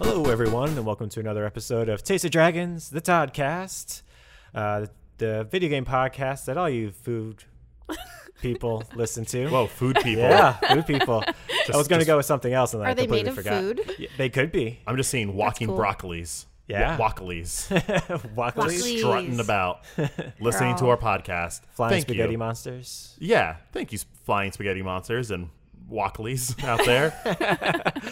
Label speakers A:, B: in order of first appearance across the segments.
A: Hello, everyone, and welcome to another episode of Taste of Dragons, the Toddcast, uh, the video game podcast that all you food people listen to.
B: Whoa, food people.
A: Yeah, food people. I
B: Just-
A: was going to
B: just-
A: go with something else, and then I
C: Are they
A: completely
C: made of
A: forgot.
C: food?
A: Yeah, they could be.
B: I'm just seeing walking
C: cool.
B: broccolis.
A: Yeah.
B: Wa- Walkalies.
A: Wackly,
C: Wackly-
B: Strutting about, listening to our podcast.
A: flying
B: Thank
A: spaghetti
B: you.
A: monsters.
B: Yeah. Thank you, s- flying spaghetti monsters and walkalies out there.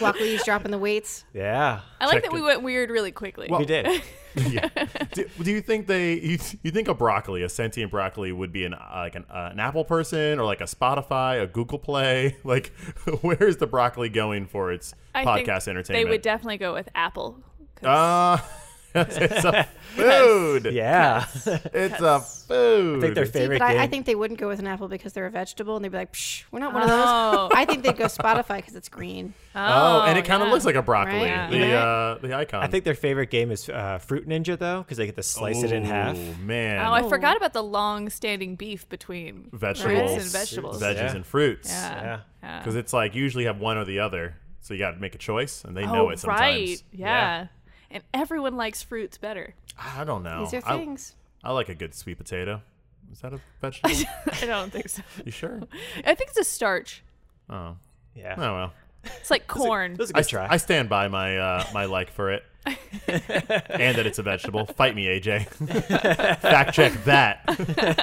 C: Walkley's dropping the weights.
A: Yeah,
D: I like
B: Check
D: that we
B: it.
D: went weird really quickly.
B: Well-
A: we did.
B: yeah. Do, do you think they, you, you think a broccoli, a sentient broccoli, would be an uh, like an, uh, an Apple person or like a Spotify, a Google Play? Like, where is the broccoli going for its
D: I think
B: podcast entertainment?
D: They would definitely go with Apple. 'cause
B: Ah, it's a food.
A: Yeah,
B: It's a food.
A: I think their
C: See,
A: favorite
C: but I, I
A: game.
C: think they wouldn't go with an apple because they're a vegetable, and they'd be like, Psh, "We're not one of
D: Oh.
C: those." I think they'd go Spotify because it's green.
B: Oh, and it kind of
D: yeah.
B: looks like a broccoli.
C: Right?
B: The
C: Yeah.
B: uh, the icon.
A: I think their favorite game is uh, Fruit Ninja though, because they get to slice it in half.
B: Ooh, Man,
D: Oh, I forgot about the long-standing beef between
B: Vegetables.
D: fruits and vegetables.
B: veggies
A: Yeah.
B: and fruits.
D: Yeah. Yeah.
B: Because it's like you usually have one or the other, so you got to make a choice, and they
D: oh,
B: know it sometimes.
D: right. Yeah. And everyone likes fruits better.
B: I don't know.
C: These are
B: Oh, I-
C: things.
B: I, like a good sweet potato. Is that a vegetable?
D: I don't think so.
B: you sure?
D: I think it's a starch.
B: Oh,
A: Yeah,
B: oh well.
D: It's like corn.
A: that was a
B: I,
A: good try.
B: I stand by my uh, my like for it, and that it's a vegetable. Fight me, AJ. Fact check that.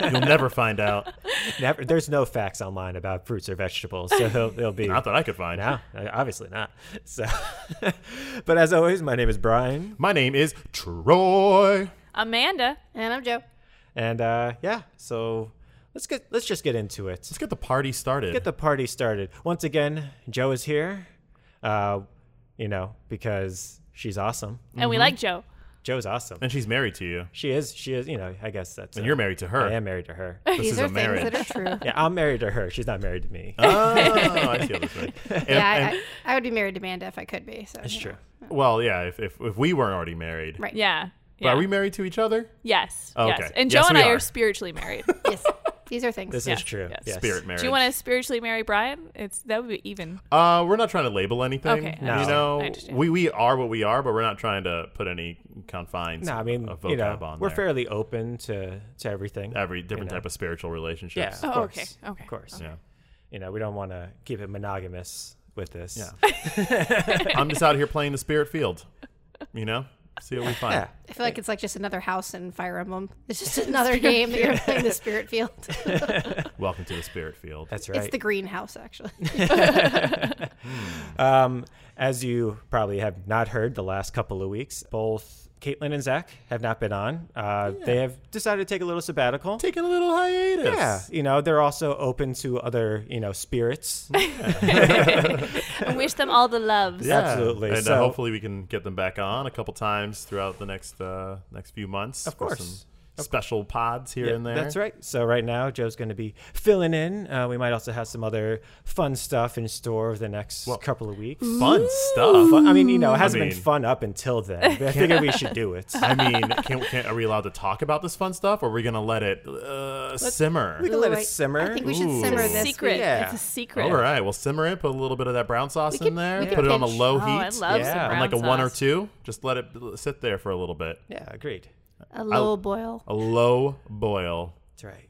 B: You'll never find out.
A: Never, there's no facts online about fruits or vegetables, so they'll, they'll be
B: Not that I could find.
A: No, obviously not. So, but as always, my name is Brian,
B: My name is Troy.
D: Amanda.
C: And I'm Joe.
A: and uh, yeah, so let's get let's just get into it.
B: Let's get the party started.
A: Get the party started. Once again, Joe is here, uh, you know, because she's awesome.
D: And
B: Mm-hmm.
D: we like Joe.
A: Joe's awesome.
B: and she's married to you.
A: She is. She is. You know, I guess that's.
B: And
A: uh,
B: you're married to her.
A: I am married to her.
B: This
C: These
B: is
C: are
B: a
C: things
B: marriage.
C: that are true.
A: yeah, I'm married to her. She's not married to me.
B: oh, I feel this way. And-
C: yeah, I,
B: and-
C: I, I would be married to Amanda if I could be. So
A: That's
C: you know.
A: true.
B: well, yeah, if, if, if we weren't already married.
C: Right.
D: Yeah.
B: But
D: yeah.
B: are we married to each other?
D: yes.
B: Oh,
D: yes.
B: okay.
D: And Joe
B: Yes,
D: and
B: we
D: I
B: are.
D: are spiritually married.
C: Yes, these are things.
A: This
D: Yeah,
A: is true.
D: yes.
A: Yes.
B: Spirit marriage.
D: Do you want to spiritually marry Brian? It's that would be even.
B: Uh, we're not trying to label anything.
D: Okay, I
A: understand.
B: You
A: I
B: know,
D: understand.
B: we, we are what we are, but we're not trying to put any confines
A: No, I mean,
B: of vocab
A: you know,
B: on
A: we're
B: there.
A: fairly open to to everything.
B: Every different
A: know.
B: type of spiritual
A: Yeah. of
B: relationships.
D: Oh, okay,
A: course,
D: okay,
A: Of course.
B: Yeah.
A: You know, we don't want to keep it monogamous with this.
B: Yeah. I'm just out here playing the spirit field. You know? See what we find.
A: Yeah.
C: I feel like it's like just another house in Fire Emblem. It's just another game that you're playing the spirit field.
B: Welcome to the spirit field.
A: That's
C: It's
A: right.
C: the greenhouse, actually.
A: um, as you probably have not heard the last couple of weeks, both Caitlin and Zach have not been on. Uh, They have decided to take a little sabbatical.
B: Taking a little hiatus.
A: yeah, you know they're also open to other you know spirits.
D: I wish them all the loves.
A: Yeah. Absolutely.
B: And
A: So-
B: uh, hopefully we can get them back on a couple times throughout the next uh, next few months. Of
A: course.
B: special pods here and there.
A: That's right. So right now Joe's going to be filling in. Uh, we might also have some other fun stuff in store over the next
B: Well,
A: couple of weeks.
B: Fun stuff.
A: Fun- I mean, you know, it hasn't
B: mean-
A: been fun up until then. But I figured we should do it.
B: I mean, can, can, are we allowed to talk about this fun stuff, or are we gonna let it uh, simmer?
A: We can let
C: Ooh,
A: it
C: I-
A: simmer.
C: I think we should
B: Ooh.
C: simmer
D: It's
C: this.
D: a
C: week.
D: secret.
A: Yeah.
D: It's a secret.
B: All right, well, simmer it. Put a little bit of that brown sauce
C: could-
B: in there.
C: we
B: Put
C: could
B: it on a
C: pinch.
B: low
D: Oh,
B: heat.
D: I love
A: Yeah.
D: some
A: And
D: brown
B: like a one or
D: sauce.
B: two. Just let it b- sit there for a little bit.
A: Yeah, agreed.
C: A low boil.
B: A low boil.
A: That's right.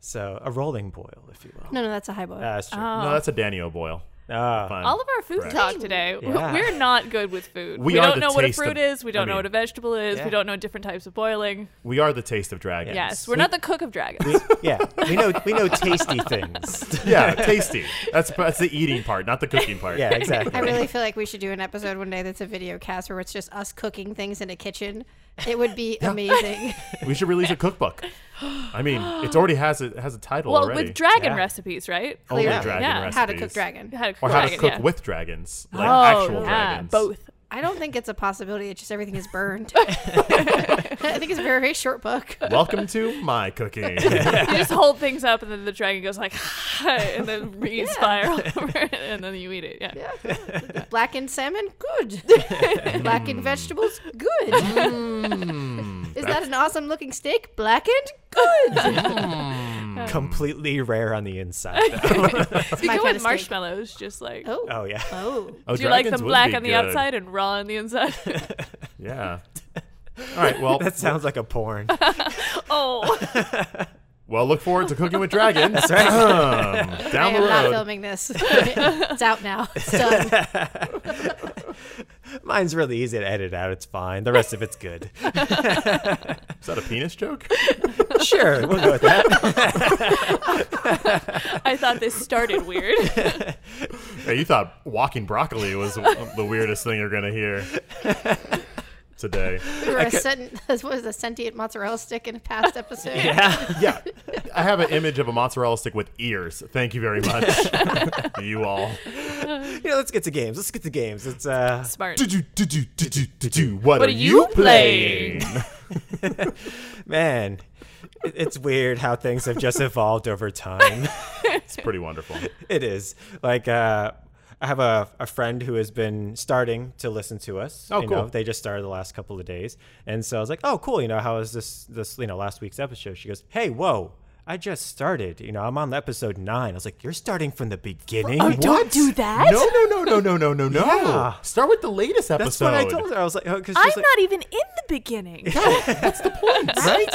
A: So a rolling boil, if you will.
C: No, Uh-huh. no, that's a high boil.
A: Ah, that's true.
B: No, that's a Danio boil.
A: Ah.
B: Fine.
D: All of our food
B: Correct.
D: talk today, w-
A: Yeah.
D: we're not good with food.
B: We
D: We,
B: are the
D: don't know what a
B: taste of-
D: fruit is.
B: I
D: We don't
B: mean-
D: know what a vegetable is.
A: Yeah.
D: We don't know different types of boiling.
B: we are the taste of dragons.
D: Yes, we're not the cook of dragons.
A: yeah, we know we know tasty things.
B: yeah, tasty. That's that's the eating part, not the cooking part.
A: Yeah,
C: I
A: exactly.
C: really feel like we should do an episode one day that's a video cast where it's just us cooking things in a kitchen. It would be amazing.
B: We should release a cookbook. I mean, it already has a has a title
D: well,
B: already.
D: with dragon
A: Yeah.
D: recipes, right?
B: Only
C: Clearly.
B: dragon
D: Yeah.
B: recipes.
C: How to cook dragon.
D: How to cook,
B: Or how
D: dragon,
B: to cook
D: yeah.
B: with dragons, like
D: oh,
B: actual
D: yeah,
B: dragons.
D: Both.
C: I don't think it's a possibility. It's just everything is burned. I think it's a very, very short book.
B: Welcome to my cooking.
D: you just hold things up, and then the dragon goes like, and then breathes fire all over it, and then you eat it. Yeah.
C: Blackened salmon, good. Blackened vegetables, good.
B: Hmm.
C: is that an awesome looking steak? Blackened, good.
A: completely rare on the inside.
D: If
C: my
D: you go
C: kind
D: with
C: of steak.
D: marshmallows, just like
C: Oh.
A: oh yeah.
C: Oh.
B: Oh,
D: do you like
B: dragons
D: them
B: would
D: black
B: be
D: on the
B: good.
D: outside and raw on the inside?
B: Yeah. All right. Well,
A: That sounds like a porn.
D: oh,
B: well. Look forward to cooking with dragons. That's
A: right.
B: down
C: I
B: the
C: am not
B: road.
C: filming this. it's out now. It's done.
A: Mine's really easy to edit out. It's fine. The rest of it's good.
B: Is that a penis joke?
A: sure, we'll go with that.
D: I thought this started weird.
B: Yeah, you thought walking broccoli was the weirdest thing you're gonna hear today.
C: We were a sent- this was a sentient mozzarella stick in a past episode.
A: Yeah.
B: Yeah, I have an image of a mozzarella stick with ears. Thank you very much, you all.
A: You know, let's get to games. Let's get to games. It's uh
D: Smart.
B: Do, do, do, do, do, do, do, do. What,
D: What
B: are
D: are
B: you
D: you
B: playing?
A: man, it- it's weird how things have just evolved over time.
B: It's pretty wonderful.
A: it is like uh, I have a, a friend who has been starting to listen to us.
B: Oh,
A: you
B: cool.
A: Know, they just started the last couple of days, and so I was like, "Oh, cool. You know, how is this this you know last week's episode?" She goes, "Hey, whoa." I just started, you know. I'm on episode nine. I was like, "You're starting from the beginning."
B: Oh, don't What? do
D: that.
B: No, no, no, no, no, no, no, no.
A: Yeah.
B: Start with the latest episode.
A: That's what I told her. I was like, oh, 'cause she's
D: I'm
A: like-
D: not even in the beginning.
A: right?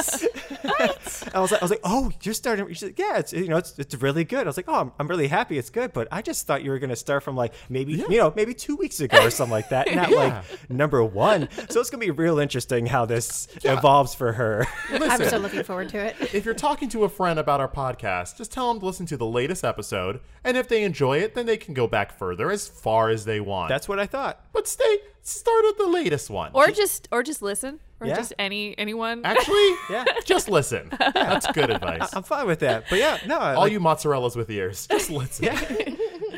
A: I was like, I was like, oh, you're starting. She's like, yeah, it's you know, it's, it's really good. I was like, oh, I'm, I'm really happy it's good, but I just thought you were gonna start from like maybe you know maybe two weeks ago or something like that, not like number one. So it's gonna be real interesting how this evolves for her.
C: I'm so looking forward to it.
B: if you're talking to a friend about our podcast, just tell them to listen to the latest episode, and if they enjoy it, then they can go back further as far as they want.
A: That's what I thought.
B: but stay start at the latest one.
D: or just or just listen or
A: Yeah.
D: just any anyone
B: actually,
A: Yeah.
B: just listen. That's good advice.
A: I'm fine with that. But yeah, no,
B: All
A: like,
B: you mozzarellas with ears, just listen.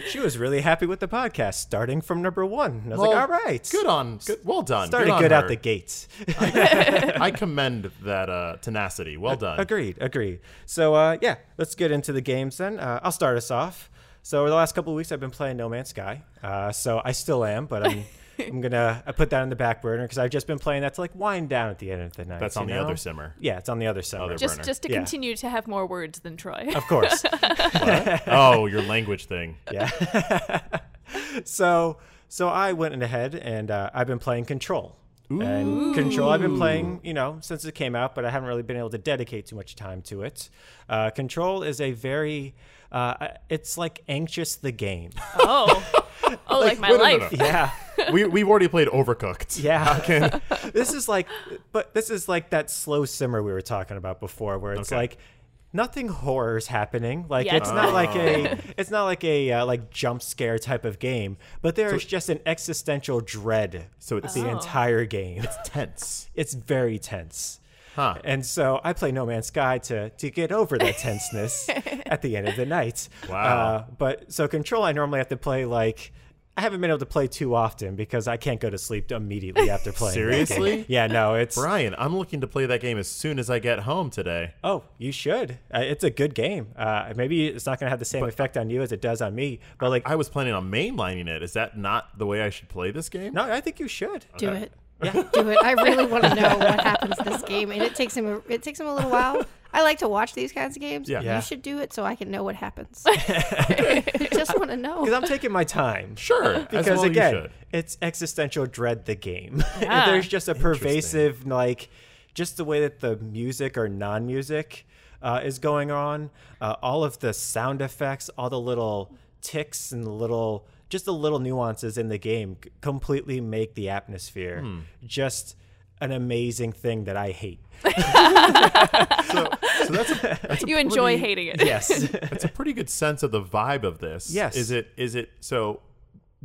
A: she was really happy with the podcast starting from number one. And I was
B: Well,
A: like, all right,
B: Good on. Good, well done.
A: started
B: good,
A: good,
B: on
A: out
B: her.
A: the gates.
B: I commend that uh, tenacity. Well done.
A: Agreed, agreed. So uh, yeah, let's get into the games then. Uh, I'll start us off. So over the last couple of weeks, I've been playing No Man's Sky. Uh, so I still am, but I'm I'm gonna I put that on the back burner because I've just been playing that to like wind down at the end of the night.
B: That's
A: you
B: on the
A: know?
B: other simmer.
A: Yeah, it's on the other summer.
B: Other-
D: just
B: burner.
D: just to
A: Yeah.
D: continue to have more words than Troy.
A: of course.
B: Oh, your language thing.
A: so so I went ahead and uh, I've been playing Control. And Control, I've been playing, you know, since it came out, but I haven't really been able to dedicate too much time to it. Uh, Control is a very, uh, it's like anxious the game.
D: Oh, oh, like, my
B: wait, no, no,
D: life.
B: no.
A: Yeah.
B: We, we've already played Overcooked.
A: Yeah. this is like, but this is like that slow simmer we were talking about before, where it's
B: Okay.
A: like nothing horror's happening. Like
D: Yet.
A: it's not like a, it's not like a uh, like jump scare type of game, but there is just an existential dread.
B: So
A: with
B: it's-
A: the entire game.
B: Tense.
A: It's very tense.
B: Huh.
A: And so I play No Man's Sky to to get over that tenseness at the end of the night.
B: Wow.
A: Uh, but so Control, I normally have to play like I haven't been able to play too often because I can't go to sleep immediately after playing. that game.
B: Seriously?
A: Yeah, no, it's
B: Brian, I'm looking to play that game as soon as I get home today.
A: oh, you should. Uh, it's a good game. Uh, maybe it's not going to have the same effect on you as it does on me, but like,
B: I was planning on mainlining it. Is that not the way I should play this game?
A: no, I think you should.
C: Do it. Do it. I really want to know what happens to this game, and it takes him. A, it takes him a little while. I like to watch these kinds of games.
B: Yeah.
A: Yeah.
C: You should do it so I can know what happens. I just want to know.
A: Because I'm taking my time.
B: Sure. as
A: because
B: well you
A: again,
B: should.
A: it's existential dread. The game.
D: Yeah.
A: There's just a pervasive like, just the way that the music or non-music uh, is going on. Uh, all of the sound effects, all the little ticks and the little, just the little nuances in the game c- completely make the atmosphere
B: Hmm.
A: just an amazing thing that I hate.
B: so, so that's a, that's a
D: You enjoy
B: pretty-
D: hating it.
A: Yes.
B: That's a pretty good sense of the vibe of this.
A: Yes.
B: Is it? Is it? So,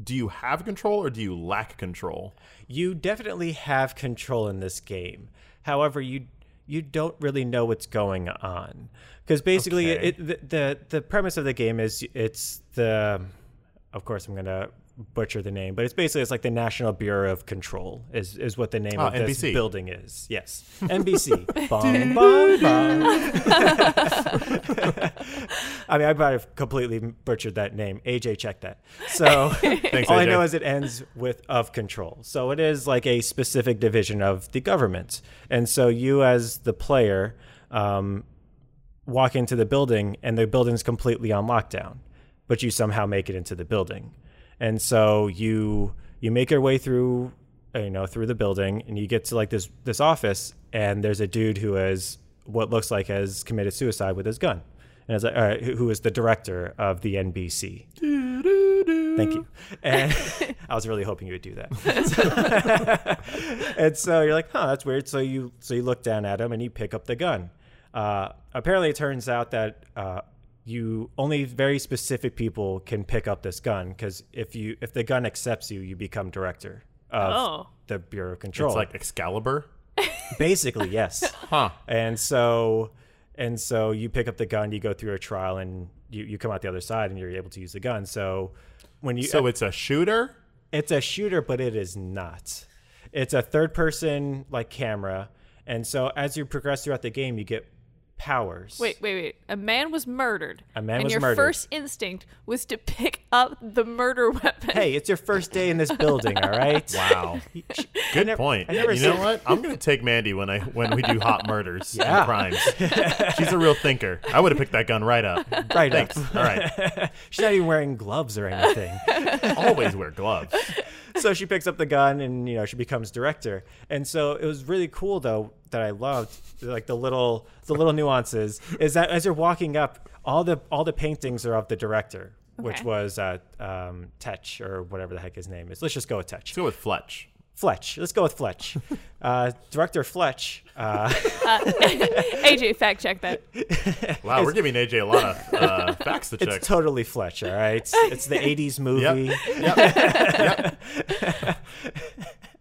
B: do you have control or do you lack control?
A: you definitely have control in this game. However, you you don't really know what's going on because basically
B: Okay.
A: it, the, the the premise of the game is it's the of course I'm gonna butcher the name, but it's basically it's like the National Bureau of Control is is what the name
B: Ah,
A: of this
B: NBC.
A: building is. Yes, NBC. Bum, bum, bum. I mean, I might have completely butchered that name. AJ, check that. So all I
B: AJ.
A: know is it ends with of control. So it is like a specific division of the government, and so you as the player. Um, walk into the building and the building's completely on lockdown, but you somehow make it into the building. And so you you make your way through uh, you know through the building and you get to like this this office and there's a dude who has what looks like has committed suicide with his gun. And it's like, all right, who who is the director of the NBC? Thank you.
B: Mm-hmm.
A: And I was really hoping you would do that. and so you're like, huh, that's weird. So you so you look down at him and you pick up the gun. Uh, apparently, it turns out that uh, you only very specific people can pick up this gun because if you if the gun accepts you, you become director of
D: Oh.
A: the Bureau of Control.
B: It's like Excalibur.
A: basically yes.
B: Huh.
A: And so and so you pick up the gun, you go through a trial, and you you come out the other side, and you're able to use the gun. So when you
B: So it's a shooter?
A: it's a shooter, but it is not. It's a third person like camera. And so as you progress throughout the game, you get powers.
D: Wait, wait, wait. A man was murdered.
A: A man
D: and
A: was
D: your
A: murdered.
D: first instinct was to pick up the murder weapon.
A: Hey, it's your first day in this building, all right?
B: Wow. Good point.
A: I never
B: you know
A: said-
B: what? I'm gonna take Mandy when I when we do hot murders
A: Yeah.
B: and crimes. She's a real thinker. I would have picked that gun right up.
A: Right up.
B: Thanks. All right.
A: She's not even wearing gloves or anything.
B: Always wear gloves.
A: so she picks up the gun and you know she becomes director and so it was really cool though that i loved like the little the little nuances is that as you're walking up all the all the paintings are of the director which
D: Okay.
A: was uh, um, Tetch or whatever the heck his name is. Let's just go with Tetch.
B: Let's go with Fletch.
A: Fletch. Let's go with Fletch. uh, director Fletch. Uh,
D: AJ, fact check that.
B: Wow, we're giving AJ a lot of uh, facts to
A: it's
B: check.
A: totally Fletch, all right? It's the 80s movie.
B: yep. Yep. yep.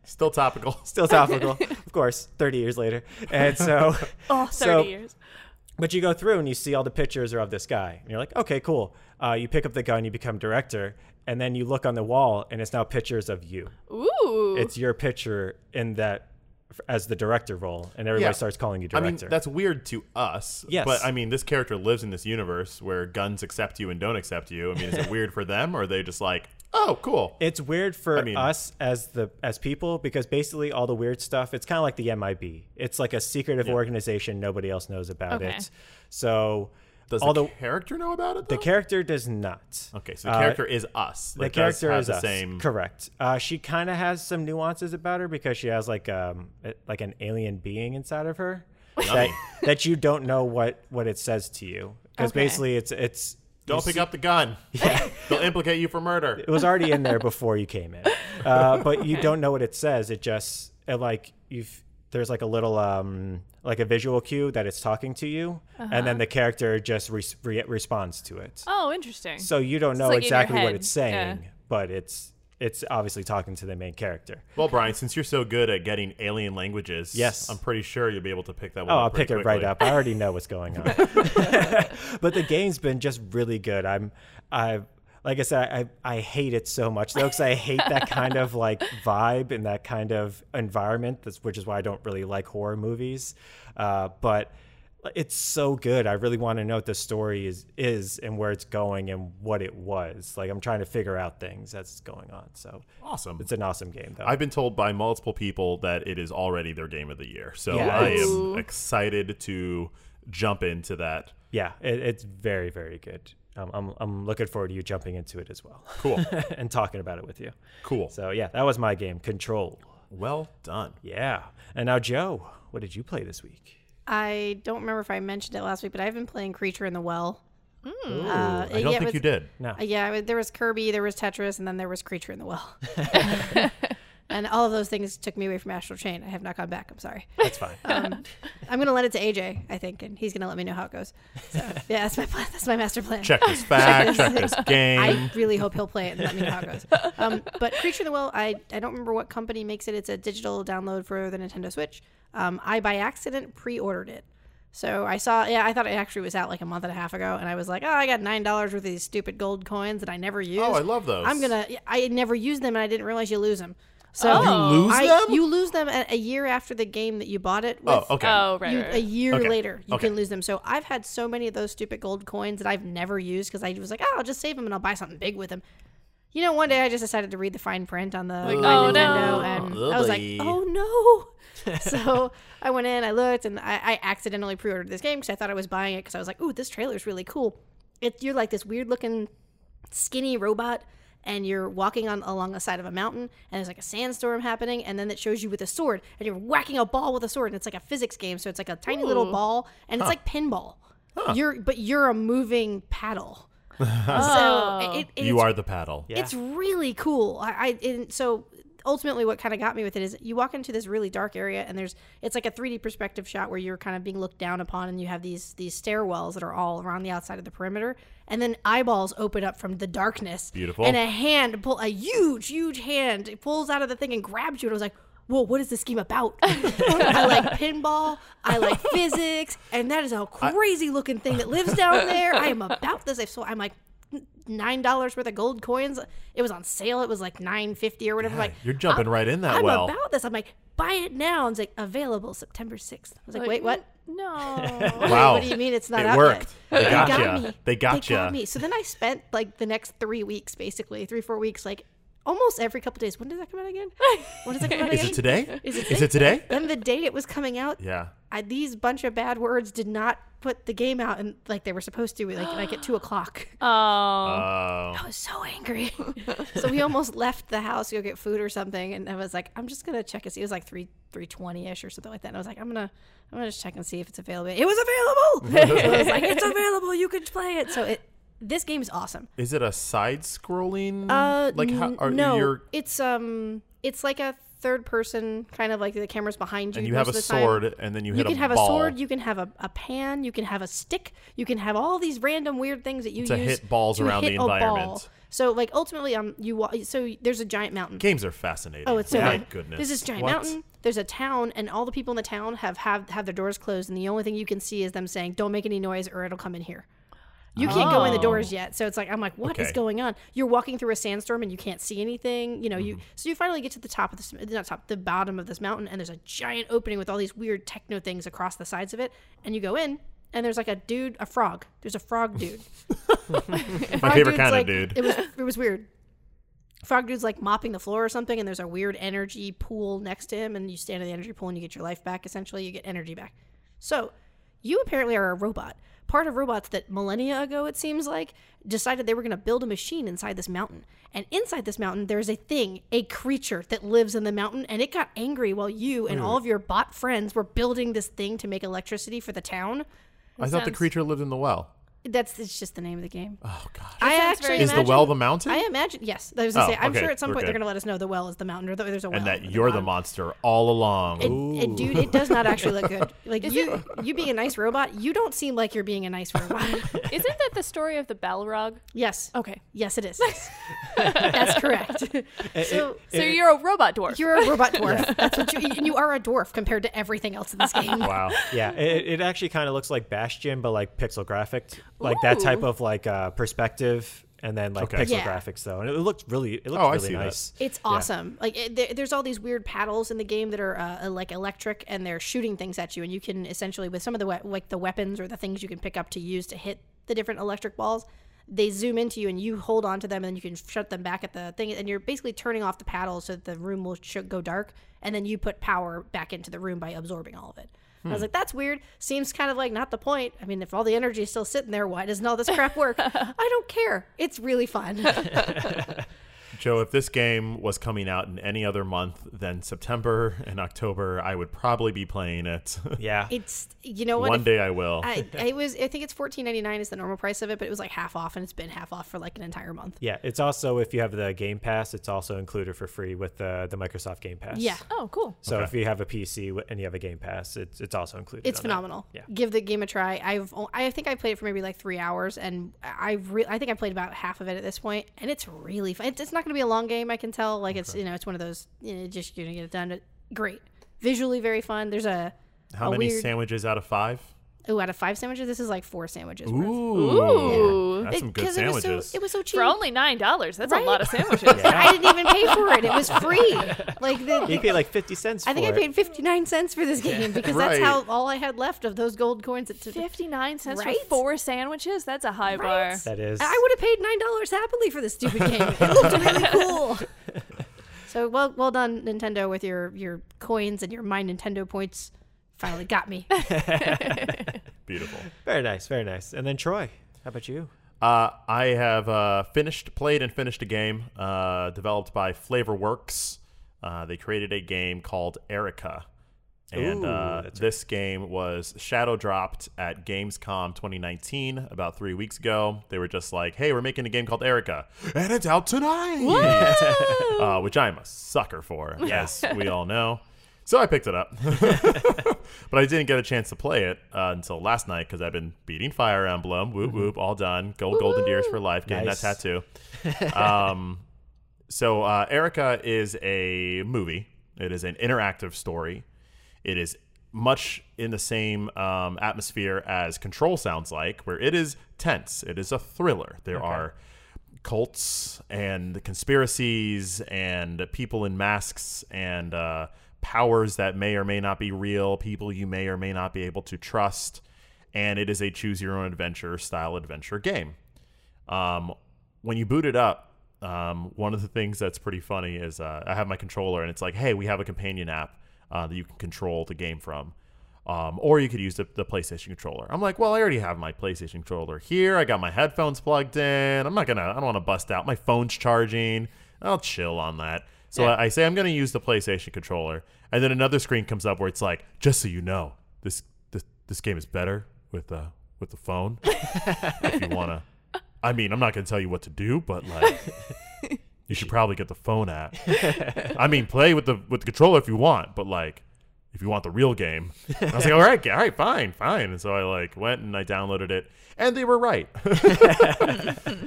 B: Still topical.
A: Still topical, of course, 30 years later. And so.
D: Oh, 30
A: So-
D: years.
A: But you go through and you see all the pictures are of this guy, and you're like, okay, cool. Uh, you pick up the gun, you become director, and then you look on the wall, and it's now pictures of you.
D: Ooh.
A: It's your picture in that as the director role, and everybody
B: Yeah.
A: starts calling you
B: I mean,
A: director.
B: that's weird to us.
A: Yes.
B: But I mean, this character lives in this universe where guns accept you and don't accept you. I mean, is it weird for them, or are they just like, oh, cool?
A: it's weird for
B: mean-
A: us as the as people because basically all the weird stuff. It's kind of like the MIB. It's like a secretive organization nobody else knows about
D: Okay.
A: it. So
B: Does
A: all
B: the,
A: the
B: character know about it?
A: the
B: though?
A: character does not.
B: Okay, so the
A: Uh,
B: character is us.
A: the
B: Like, does
A: character
B: have
A: is
B: the
A: us.
B: same.
A: Correct. Uh, she kind of has some nuances about her because she has like um a- like an alien being inside of her that,
B: Yummy.
A: that you don't know what what it says to you because
D: Okay.
A: basically it's it's
B: Don't pick up the gun. They'll implicate you for murder.
A: it was already in there before you came in, uh, but you don't know what it says. It just it, like you've there's like a little um like a visual cue that it's talking to you, and then the character just re- re- responds to it.
D: oh, interesting.
A: So you don't know
D: like in your
A: exactly what
D: head.
A: it's saying,
D: Yeah.
A: but it's it's obviously talking to the main character.
B: Well, Brian, since you're so good at getting alien languages,
A: Yes.
B: I'm pretty sure you'll be able to pick that one.
A: Oh,
B: up
A: I'll
B: pretty
A: pick it right
B: quickly.
A: up. I already know what's going on. but the game's been just really good. I'm, I, like I said, I, I hate it so much though, because I hate that kind of like vibe and that kind of environment. That's which is why I don't really like horror movies. Uh, but it's so good. I really want to know what the story is is and where it's going and what it was. Like I'm trying to figure out things as it's going on. So
B: Awesome.
A: it's an awesome game though.
B: I've been told by multiple people that it is already their game of the year. So
A: Yeah.
B: I am
D: Ooh.
B: excited to jump into that.
A: yeah, it, it's very very good. Um, I'm I'm looking forward to you jumping into it as well.
B: Cool.
A: and talking about it with you.
B: Cool.
A: So yeah, that was my game, Control.
B: Well done.
A: Yeah. And now Joe, what did you play this week?
C: I don't remember if I mentioned it last week, but I've been playing Creature in the Well. Uh,
B: Mm. I don't
C: yeah, it
B: think
C: was-
B: you did.
A: No.
C: Uh, yeah, I mean, there was Kirby, there was Tetris, and then there was Creature in the Well. and all of those things took me away from Astral Chain. I have not gone back. I'm sorry.
A: That's fine.
C: Um, I'm gonna let it to AJ, I think, and he's gonna let me know how it goes. So yeah, that's my plan. That's my master plan.
B: Check this fact, check this game.
C: I really hope he'll play it and let me know how it goes. Um, but Creature in the Well, I, I don't remember what company makes it. It's a digital download for the Nintendo Switch. Um, I by accident pre-ordered it. So I saw, yeah, I thought it actually was out like a month and a half ago, and I was like, oh, I got nine dollars worth of these stupid gold coins that I never used.
B: oh, I love those.
C: I'm gonna. I never used them, and I didn't realize you lose them. So
D: Oh. You
B: lose
C: I,
B: them?
C: You lose them a, a year after the game that you bought it. With.
B: Oh, okay.
D: oh, right,
C: You-
D: right,
C: a
D: right.
C: year
B: Okay.
C: later, you
B: Okay.
C: can lose them. So I've had so many of those stupid gold coins that I've never used because I was like, oh, I'll just save them and I'll buy something big with them. You know, one day I just decided to read the fine print on the like,
D: oh,
C: Nintendo,
D: no.
C: and
B: Oh,
C: I was like,
B: boy.
C: oh no. so I went in, I looked, and I, I accidentally pre-ordered this game because I thought I was buying it because I was like, ooh, this trailer's really cool. It, you're like this weird-looking skinny robot and you're walking on along the side of a mountain and there's like a sandstorm happening and then it shows you with a sword and you're whacking a ball with a sword and it's like a physics game so it's like a tiny little ball and it's like pinball you're but you're a moving paddle so it, it,
B: you are the paddle.
A: Yeah.
C: it's really cool. I, I and so ultimately what kind of got me with it is you walk into this really dark area and there's it's like a 3D perspective shot where you're kind of being looked down upon and you have these these stairwells that are all around the outside of the perimeter and then eyeballs open up from the darkness.
B: Beautiful.
C: And a hand pull a huge huge hand it pulls out of the thing and grabs you and I was like Whoa, what is this game about? I like pinball. I like physics. And that is a crazy looking thing that lives down there. I am about this. I So I'm like, nine dollars worth of gold coins. It was on sale. It was like nine fifty or whatever. I'm like "Uh,
B: You're jumping right in that
C: I'm
B: well.
C: about this. I'm like, buy it now. And it's like available September sixth. I was like,
D: Like,
C: uh, wait, what?
D: No.
B: wow.
C: What do you mean it's not
B: It
C: out
B: worked.
C: yet?
B: They gotcha.
C: me.
B: They gotcha.
C: got me. So then I spent like the next three weeks, basically three four weeks, like almost every couple days. When does that come out again? When does that come out
B: Is
C: again?
B: it today?
C: Is it
B: Is it today?
C: Then the day it was coming out,
B: Yeah.
C: I, these bunch of bad words did not put the game out, and like they were supposed to, like like at two o'clock.
A: Uh,
D: Oh.
B: Oh.
C: I was so angry. so we almost left the house to go get food or something, and I was like, I'm just gonna check and see. It was like three three twenty ish or something like that. And I was like, I'm gonna I'm gonna just check and see if it's available. It was available. so I was like, it's available. You can play it. So it this game is awesome.
B: Is it a side-scrolling?
C: Uh,
B: like how
C: n-
B: are
C: no,
B: you're
C: it's um it's like a third person kind of like the camera's behind you.
B: and you
C: most
B: have a
C: of the time.
B: sword and then you hit
C: You can
B: a
C: have
B: ball.
C: a sword, you can have a, a pan, you can have a stick, you can have all these random weird things that you
B: To
C: use
B: hit balls
C: to
B: around the
C: hit a ball.
B: environment.
C: So like ultimately, um, you wa- so there's a giant mountain.
B: Games are fascinating.
C: Oh, it's so
B: my
C: good.
B: goodness.
C: There's this giant
B: What?
C: mountain. There's a town, and all the people in the town have, have have their doors closed, and the only thing you can see is them saying, "Don't make any noise, or it'll come in here." You can't go in the
D: Oh.
C: doors yet, so it's like I'm like, what is
B: Okay.
C: going on? You're walking through a sandstorm and you can't see anything. You know,
B: Mm-hmm.
C: you so you finally get to the top of this, not top, the bottom of this mountain, and there's a giant opening with all these weird techno things across the sides of it, and you go in, and there's like a dude, a frog. There's a frog dude.
B: My
C: Frog
B: favorite
C: dude's
B: kind
C: like-
B: of dude.
C: It was it was weird. Frog dude's like mopping the floor or something, and there's a weird energy pool next to him, and you stand in the energy pool and you get your life back. Essentially, you get energy back. So, you apparently are a robot. Part of robots that millennia ago, it seems like, decided they were going to build a machine inside this mountain. And inside this mountain, there's a thing, a creature that lives in the mountain, and it got angry while you and all of your bot friends were building this thing to make electricity for the town.
B: I thought the
D: sounds-
B: creature lived in the well.
C: That's it's just the name of the game.
B: Oh gosh.
C: I
D: sounds
C: actually
D: very-
B: Is the
C: imagine-
B: well the mountain?
C: I imagine, yes. I was gonna
B: Oh,
C: say, I'm
B: okay,
C: sure at some
B: we're
C: point they're
B: good.
C: gonna let us know the well is the mountain or the, there's a well.
B: and
C: at
B: that you're the
C: bottom.
B: monster all along.
C: It- it- dude, it does not actually look good. Like you, you being a nice robot, you don't seem like you're being a nice robot.
D: Isn't that the story of the Balrog?
C: yes,
D: Okay.
C: yes, it is. That's correct. so
D: So you're a robot dwarf.
C: you're a robot dwarf. That's what you, and you are a dwarf compared to everything else in this game.
B: wow.
A: yeah, it, it actually kind of looks like Bastion, but like pixel graphic, like that
D: Ooh.
A: type of like uh, perspective, and then like
B: Okay.
A: pixel
C: Yeah.
A: graphics though, and it looked really, it looked
B: Oh, I
A: really
B: see that.
A: nice.
C: It's awesome. Like it, there, there's all these weird paddles in the game that are uh, like electric, and they're shooting things at you, and you can essentially with some of the we- like the weapons or the things you can pick up to use to hit the different electric balls. They zoom into you, and you hold on to them, and you can shut them back at the thing. And you're basically turning off the paddles so that the room will sh- go dark, and then you put power back into the room by absorbing all of it. I was like, that's weird. Seems kind of like not the point. I mean, if all the energy is still sitting there, why doesn't all this crap work? I don't care. It's really fun.
B: Joe, if this game was coming out in any other month than September and October, I would probably be playing it.
A: Yeah,
C: it's you know what?
B: One
C: If-
B: day I will.
C: I it was I think it's fourteen ninety nine is the normal price of it, but it was like half off, and it's been half off for like an entire month.
A: yeah. It's also if you have the Game Pass, it's also included for free with the the Microsoft Game Pass.
C: Yeah,
D: oh, cool.
A: So
B: Okay.
A: if you have a PC w- and you have a Game Pass, it's it's also included.
C: it's
A: on that.
C: phenomenal.
A: Yeah.
C: Give the game a try. I've o- I think I played it for maybe like three hours, and I re- I think I played about half of it at this point, and it's really fun. It's, it's not going to be a long game, I can tell. Like it's you know it's one of those you know, just you're gonna get it done. But great, visually very fun. There's a
B: How
C: a
B: many
C: weird-
B: sandwiches out of five?
C: ooh, out of five sandwiches, this is like four sandwiches.
B: Ooh,
C: worth.
D: Ooh.
B: that's some good
C: Because
B: sandwiches.
C: It was, so, it was so cheap.
D: For only nine dollars, that's a
C: Right?
D: lot of sandwiches.
C: I didn't even pay for it. It was free. Like the,
A: You pay like fifty cents.
C: I think
A: for
C: I
A: it.
C: paid 59 cents for this game because
B: Right.
C: that's how all I had left of those gold coins. At
D: Fifty-nine cents
C: Right?
D: for four sandwiches. That's a high bar.
C: Right?
A: That is.
C: I I would have paid nine dollars happily for this stupid game. It looked really cool. So well, well done, Nintendo, with your your coins and your my Nintendo points. Finally got me.
B: Beautiful.
A: very nice, very nice. And then Troy, how about you?
B: Uh, I have uh, finished, played, and finished a game uh, developed by FlavorWorks. Uh, they created a game called Erica, and
A: Ooh,
B: uh,
A: that's
B: this game was shadow dropped at Gamescom 2019 about three weeks ago. They were just like, "Hey, we're making a game called Erica, and it's out tonight." uh, which I'm a sucker for, as we all know. So I picked it up, but I didn't get a chance to play it uh, until last night because I've been beating Fire Emblem. Whoop whoop, all done. Gold, golden deers for life.
A: Mm-hmm.
B: Getting
A: Nice.
B: that tattoo. Um, so uh, Erica is a movie. It is an interactive story. It is much in the same um, atmosphere as Control sounds like, where it is tense. It is a thriller. There are cults and conspiracies and people in masks and uh, powers that may or may not be real, people you may or may not be able to trust. And it is a choose your own adventure style adventure game um, when you boot it up, um, one of the things that's pretty funny is uh, I have my controller and it's like, hey, we have a companion app uh, that you can control the game from. Um, or you could use the, the PlayStation controller. I'm like, well, I already have my PlayStation controller here. I got my headphones plugged in. I'm not gonna. I don't want to bust out. My phone's charging. I'll chill on that. So I, I say I'm gonna use the PlayStation controller, and then another screen comes up where it's like, just so you know, this this, this game is better with uh with the phone if you want to. I mean, I'm not going to tell you what to do, but like, you should probably get the phone app. I mean, play with the with the controller if you want, but like, if you want the real game, I was like, all right, g- all right, fine, fine. And so I like went and I downloaded it, and they were right.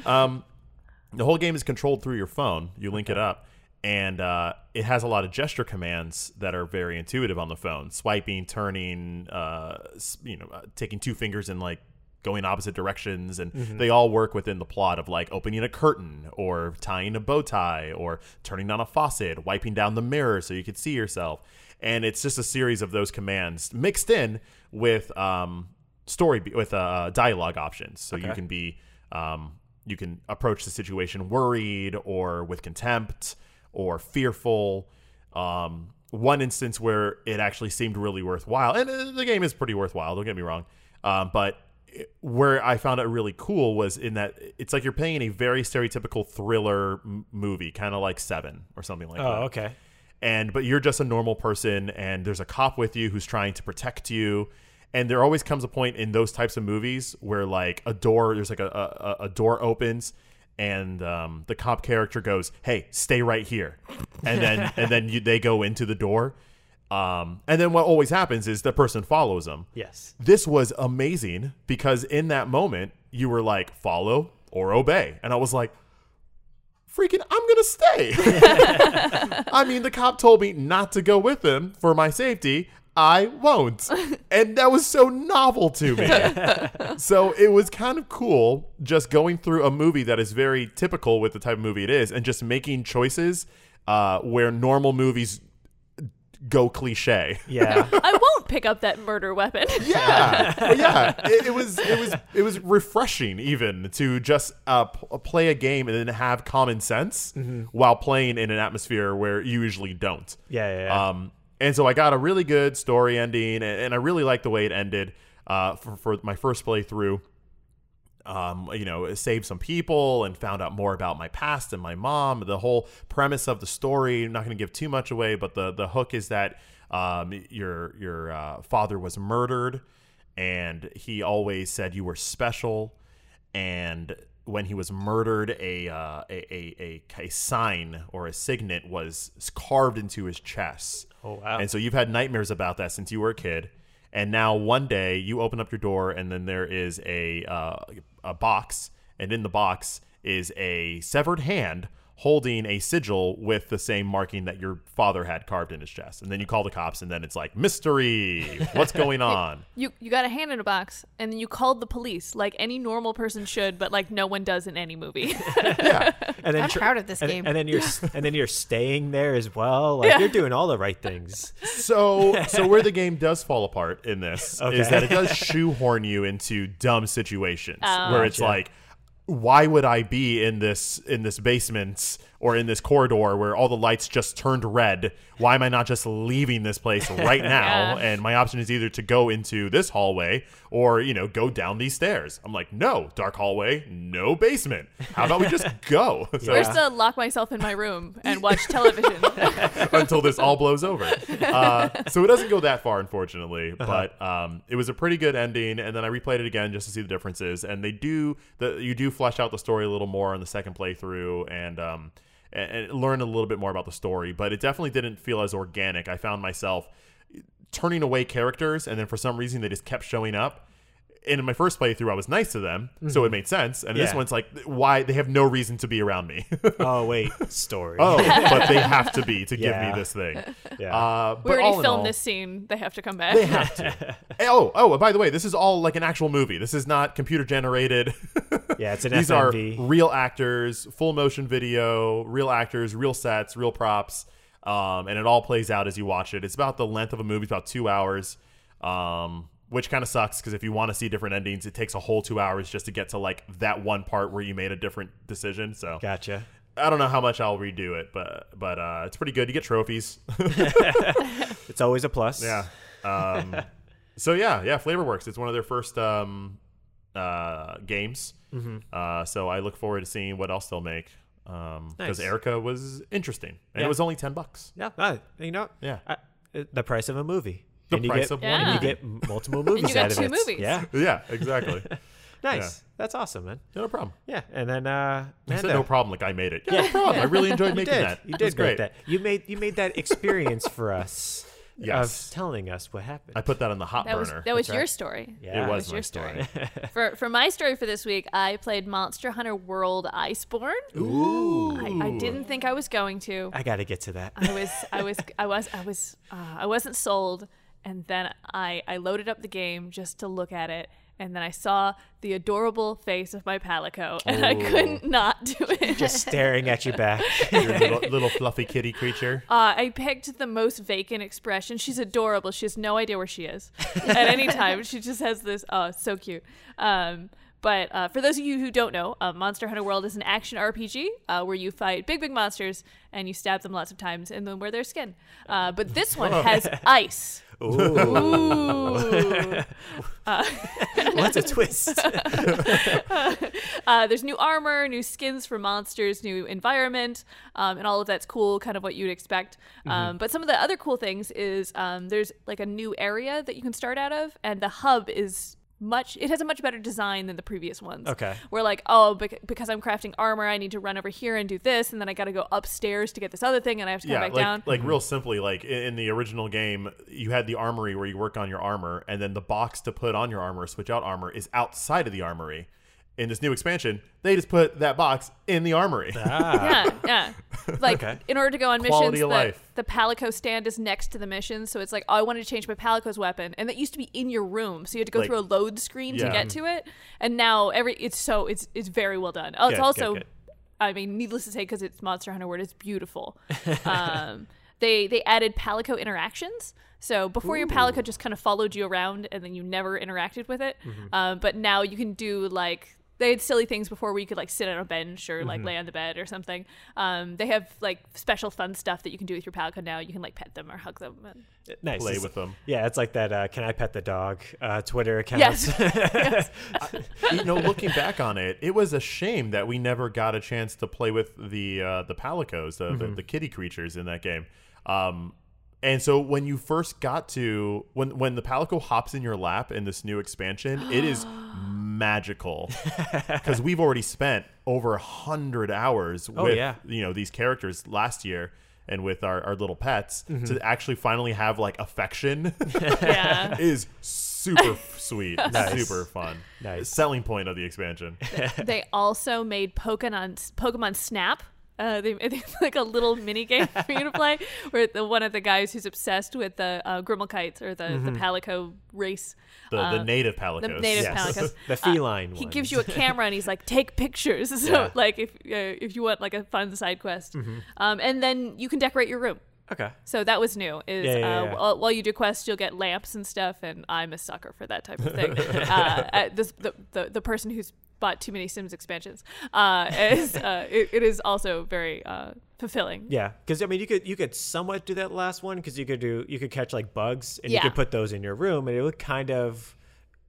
B: um, the whole game is controlled through your phone. You link it up, and uh, it has a lot of gesture commands that are very intuitive on the phone: swiping, turning, uh, s- you know, uh, taking two fingers and like going opposite directions, and they all work within the plot of like opening a curtain or tying a bow tie or turning on a faucet, wiping down the mirror so you could see yourself, and it's just a series of those commands mixed in with um, story be- with uh, dialogue options, so you can be um, you can approach the situation worried or with contempt or fearful. Um, one instance where it actually seemed really worthwhile, and uh, the game is pretty worthwhile. Don't get me wrong, um, but it- where I found it really cool was in that it's like you're playing a very stereotypical thriller m- movie, kind of like Seven or something like that
A: Oh, okay.
B: and but you're just a normal person and there's a cop with you who's trying to protect you and there always comes a point in those types of movies where like a door there's like a a, a door opens and um, the cop character goes hey stay right here and then and then you, they go into the door um, and then what always happens is the person follows them
A: Yes.
B: this was amazing because in that moment you were like follow or obey and i was like freaking i'm gonna stay i mean the cop told me not to go with him for my safety i won't and that was so novel to me so it was kind of cool just going through a movie that is very typical with the type of movie it is and just making choices uh, where normal movies go cliche
A: Yeah.
D: I won't pick up that murder weapon.
B: yeah, Well, yeah. It, it was it was it was refreshing even to just uh, p- play a game and then have common sense while playing in an atmosphere where you usually don't.
A: Yeah, yeah, yeah.
B: Um, and so I got a really good story ending, and, and I really liked the way it ended. Uh, for, for my first playthrough, um, you know, saved some people and found out more about my past and my mom. The whole premise of the story. I'm not going to give too much away, but the the hook is that um, your your uh, father was murdered, and he always said you were special. And when he was murdered, a uh, a, a, a a sign or a signet was carved into his chest.
A: Oh, wow.
B: And so you've had nightmares about that since you were a kid, and now one day you open up your door, and then there is a uh, a box, and in the box is a severed hand holding a sigil with the same marking that your father had carved in his chest. And then you call the cops, and then it's like, mystery, what's going on?
D: You you got a hand in a box and then you called the police like any normal person should, but like no one does in any movie.
B: yeah.
A: And then
C: I'm proud of this
A: and,
C: game.
A: And then you're s- and then you're staying there as well. Like you're doing all the right things.
B: So, so where the game does fall apart in this
A: Okay.
B: is that it does shoehorn you into dumb situations
D: Oh.
B: where it's
A: Gotcha.
B: like, why would I be in this in this basement or in this corridor where all the lights just turned red? Why am I not just leaving this place right now?
D: Yeah.
B: And my option is either to go into this hallway or you know go down these stairs. I'm like, no, dark hallway, no basement. How about we just go? So
D: First, uh, lock myself in my room and watch television.
B: until this all blows over. Uh, so it doesn't go that far, unfortunately.
A: Uh-huh.
B: But um, it was a pretty good ending, and then I replayed it again just to see the differences. And they do the you do flesh out the story a little more on the second playthrough, and um, and, and learn a little bit more about the story. But it definitely didn't feel as organic. I found myself turning away characters, and then for some reason they just kept showing up. And in my first playthrough, I was nice to them, so it made sense. And this
A: Mm-hmm. Yeah.
B: one's like, why they have no reason to be around me.
A: Oh wait, story.
B: oh, but they have to be to give
A: Yeah.
B: me this thing.
A: yeah.
B: Uh,
D: we
B: but
D: already
B: all in
D: filmed
B: all-
D: this scene. They have to come back.
B: They have to. Eh, oh, oh, and by the way, this is all like an actual movie. This is not computer generated.
A: yeah, it's an
B: These are
A: FMV.
B: real actors, full motion video, real actors, real sets, real props. Um, and it all plays out as you watch it. It's about the length of a movie, it's about two hours, um, which kind of sucks because if you want to see different endings, it takes a whole two hours just to get to like that one part where you made a different decision. So
A: gotcha.
B: I don't know how much I'll redo it, but but uh, it's pretty good. You get trophies.
A: It's always a plus.
B: Yeah. Um, so yeah, yeah, Flavorworks. It's one of their first um, uh, games.
A: Mm-hmm.
B: Uh, so I look forward to seeing what else they'll make because
A: Nice.
B: Erica was interesting, and
A: Yeah.
B: it was only ten bucks.
A: Yeah. Uh, you know.
B: Yeah.
A: I, uh, the price of a movie.
B: The
A: and you
B: price
A: get,
B: of one
A: and
D: Yeah.
A: you get m- multiple movies
D: got
A: out of
D: two
A: it.
D: movies.
A: Yeah.
B: Yeah, exactly. yeah,
A: Nice. That's awesome, man.
B: no problem.
A: Yeah. And then uh
B: I said
A: Manda.
B: no problem. Like I made it. Yeah, no problem. I really enjoyed
A: You
B: making
A: did.
B: that.
A: You
B: It
A: did
B: was
A: make
B: great.
A: that. You made you made that experience for us
B: Yes.
A: of telling us what happened.
B: I put that on the hot
D: That was
B: burner.
D: that was
A: That's
D: your
A: right.
D: story.
A: Yeah.
B: it
D: That
B: was,
D: was
B: my
D: your
B: story.
D: story. for for my story for this week, I played Monster Hunter World Iceborne.
B: Ooh.
D: I, I didn't think I was going to.
A: I got to get to that.
D: I was I was I was I was uh, I wasn't sold, and then I I loaded up the game just to look at it, and then I saw the adorable face of my Palico, and I couldn't not do it.
A: Just staring at you back.
B: Your little, little fluffy kitty creature.
D: Uh, I picked the most vacant expression. She's adorable. She has no idea where she is at any time. She just has this. Oh, so cute. Um, but uh, for those of you who don't know, uh, Monster Hunter World is an action RPG uh, where you fight big, big monsters and you stab them lots of times and then wear their skin. Uh, but this one has ice.
A: Ooh.
D: Ooh.
A: What's a twist?
D: Uh, there's new armor, new skins for monsters, new environment, um, and all of that's cool, kind of what you'd expect.
B: Mm-hmm.
D: Um, but some of the other cool things is um, there's like a new area that you can start out of, and the hub is much it has a much better design than the previous ones
A: Okay.
D: we're like oh bec- because i'm crafting armor i need to run over here and do this and then i gotta go upstairs to get this other thing and i have to come
B: yeah,
D: back
B: like,
D: down
B: like real simply, like i- in the original game, you had the armory where you work on your armor, and then the box to put on your armor, switch out armor, is outside of the armory. In this new expansion, they just put that box in the armory.
D: yeah, yeah. Like
A: Okay.
D: in order to go on missions,
B: Quality
D: the,
B: of life.
D: the palico stand is next to the mission, so it's like oh, I wanted to change my palico's weapon, and that used to be in your room, so you had to go
B: Like-
D: through a load screen
B: Yeah.
D: to get to it. And now every it's so it's it's very well done. Oh, it's
B: Good, good,
D: also,
B: good.
D: I mean, needless to say, because it's Monster Hunter World, it's beautiful. Um, they they added palico interactions. So before your palico just kind of followed you around and then you never interacted with it,
B: Mm-hmm.
D: um, but now you can do like they had silly things before where you could like sit on a bench or
B: Mm-hmm.
D: like lay on the bed or something. Um, they have like special fun stuff that you can do with your palico now. You can like pet them or hug them. and-
A: nice.
B: Play
A: It's-
B: with them.
A: Yeah, it's like that. Uh, Can I pet the dog? Uh, Twitter account.
D: Yes.
B: you know, looking back on it, it was a shame that we never got a chance to play with the uh, the palicos, the,
A: Mm-hmm.
B: the the kitty creatures in that game. Um, and so when you first got to when when the palico hops in your lap in this new expansion, it is magical because we've already spent over a hundred hours
A: Oh,
B: with
A: yeah.
B: you know these characters last year. And with our, our little pets
A: Mm-hmm.
B: to actually finally have like affection
D: yeah.
B: is super sweet,
A: Nice.
B: super fun.
A: Nice.
B: Selling point of the expansion.
D: they also made Pokemon Pokemon Snap Uh, they they have like a little mini game for you to play where the one of the guys who's obsessed with the uh, Grimmelkites or the,
A: Mm-hmm.
D: the Palico race.
B: The, the native palicos.
D: Uh, the native
A: Yes.
D: Palicos.
A: The feline
D: He
A: ones.
D: gives you a camera and he's like, take pictures. So
A: Yeah. Mm-hmm.
D: like if uh, if you want like a fun side quest, um, and then you can decorate your room.
A: Okay.
D: So that was new. Is
A: Yeah, yeah,
D: uh,
A: yeah.
D: while- while you do quests, you'll get lamps and stuff, and I'm a sucker for that type of thing. uh, uh, this, the, the the person who's bought too many Sims expansions uh, is uh, it, it is also very uh, fulfilling.
A: Yeah, because I mean, you could you could somewhat do that last one because you could do you could catch like bugs and
D: Yeah.
A: you could put those in your room and it would kind of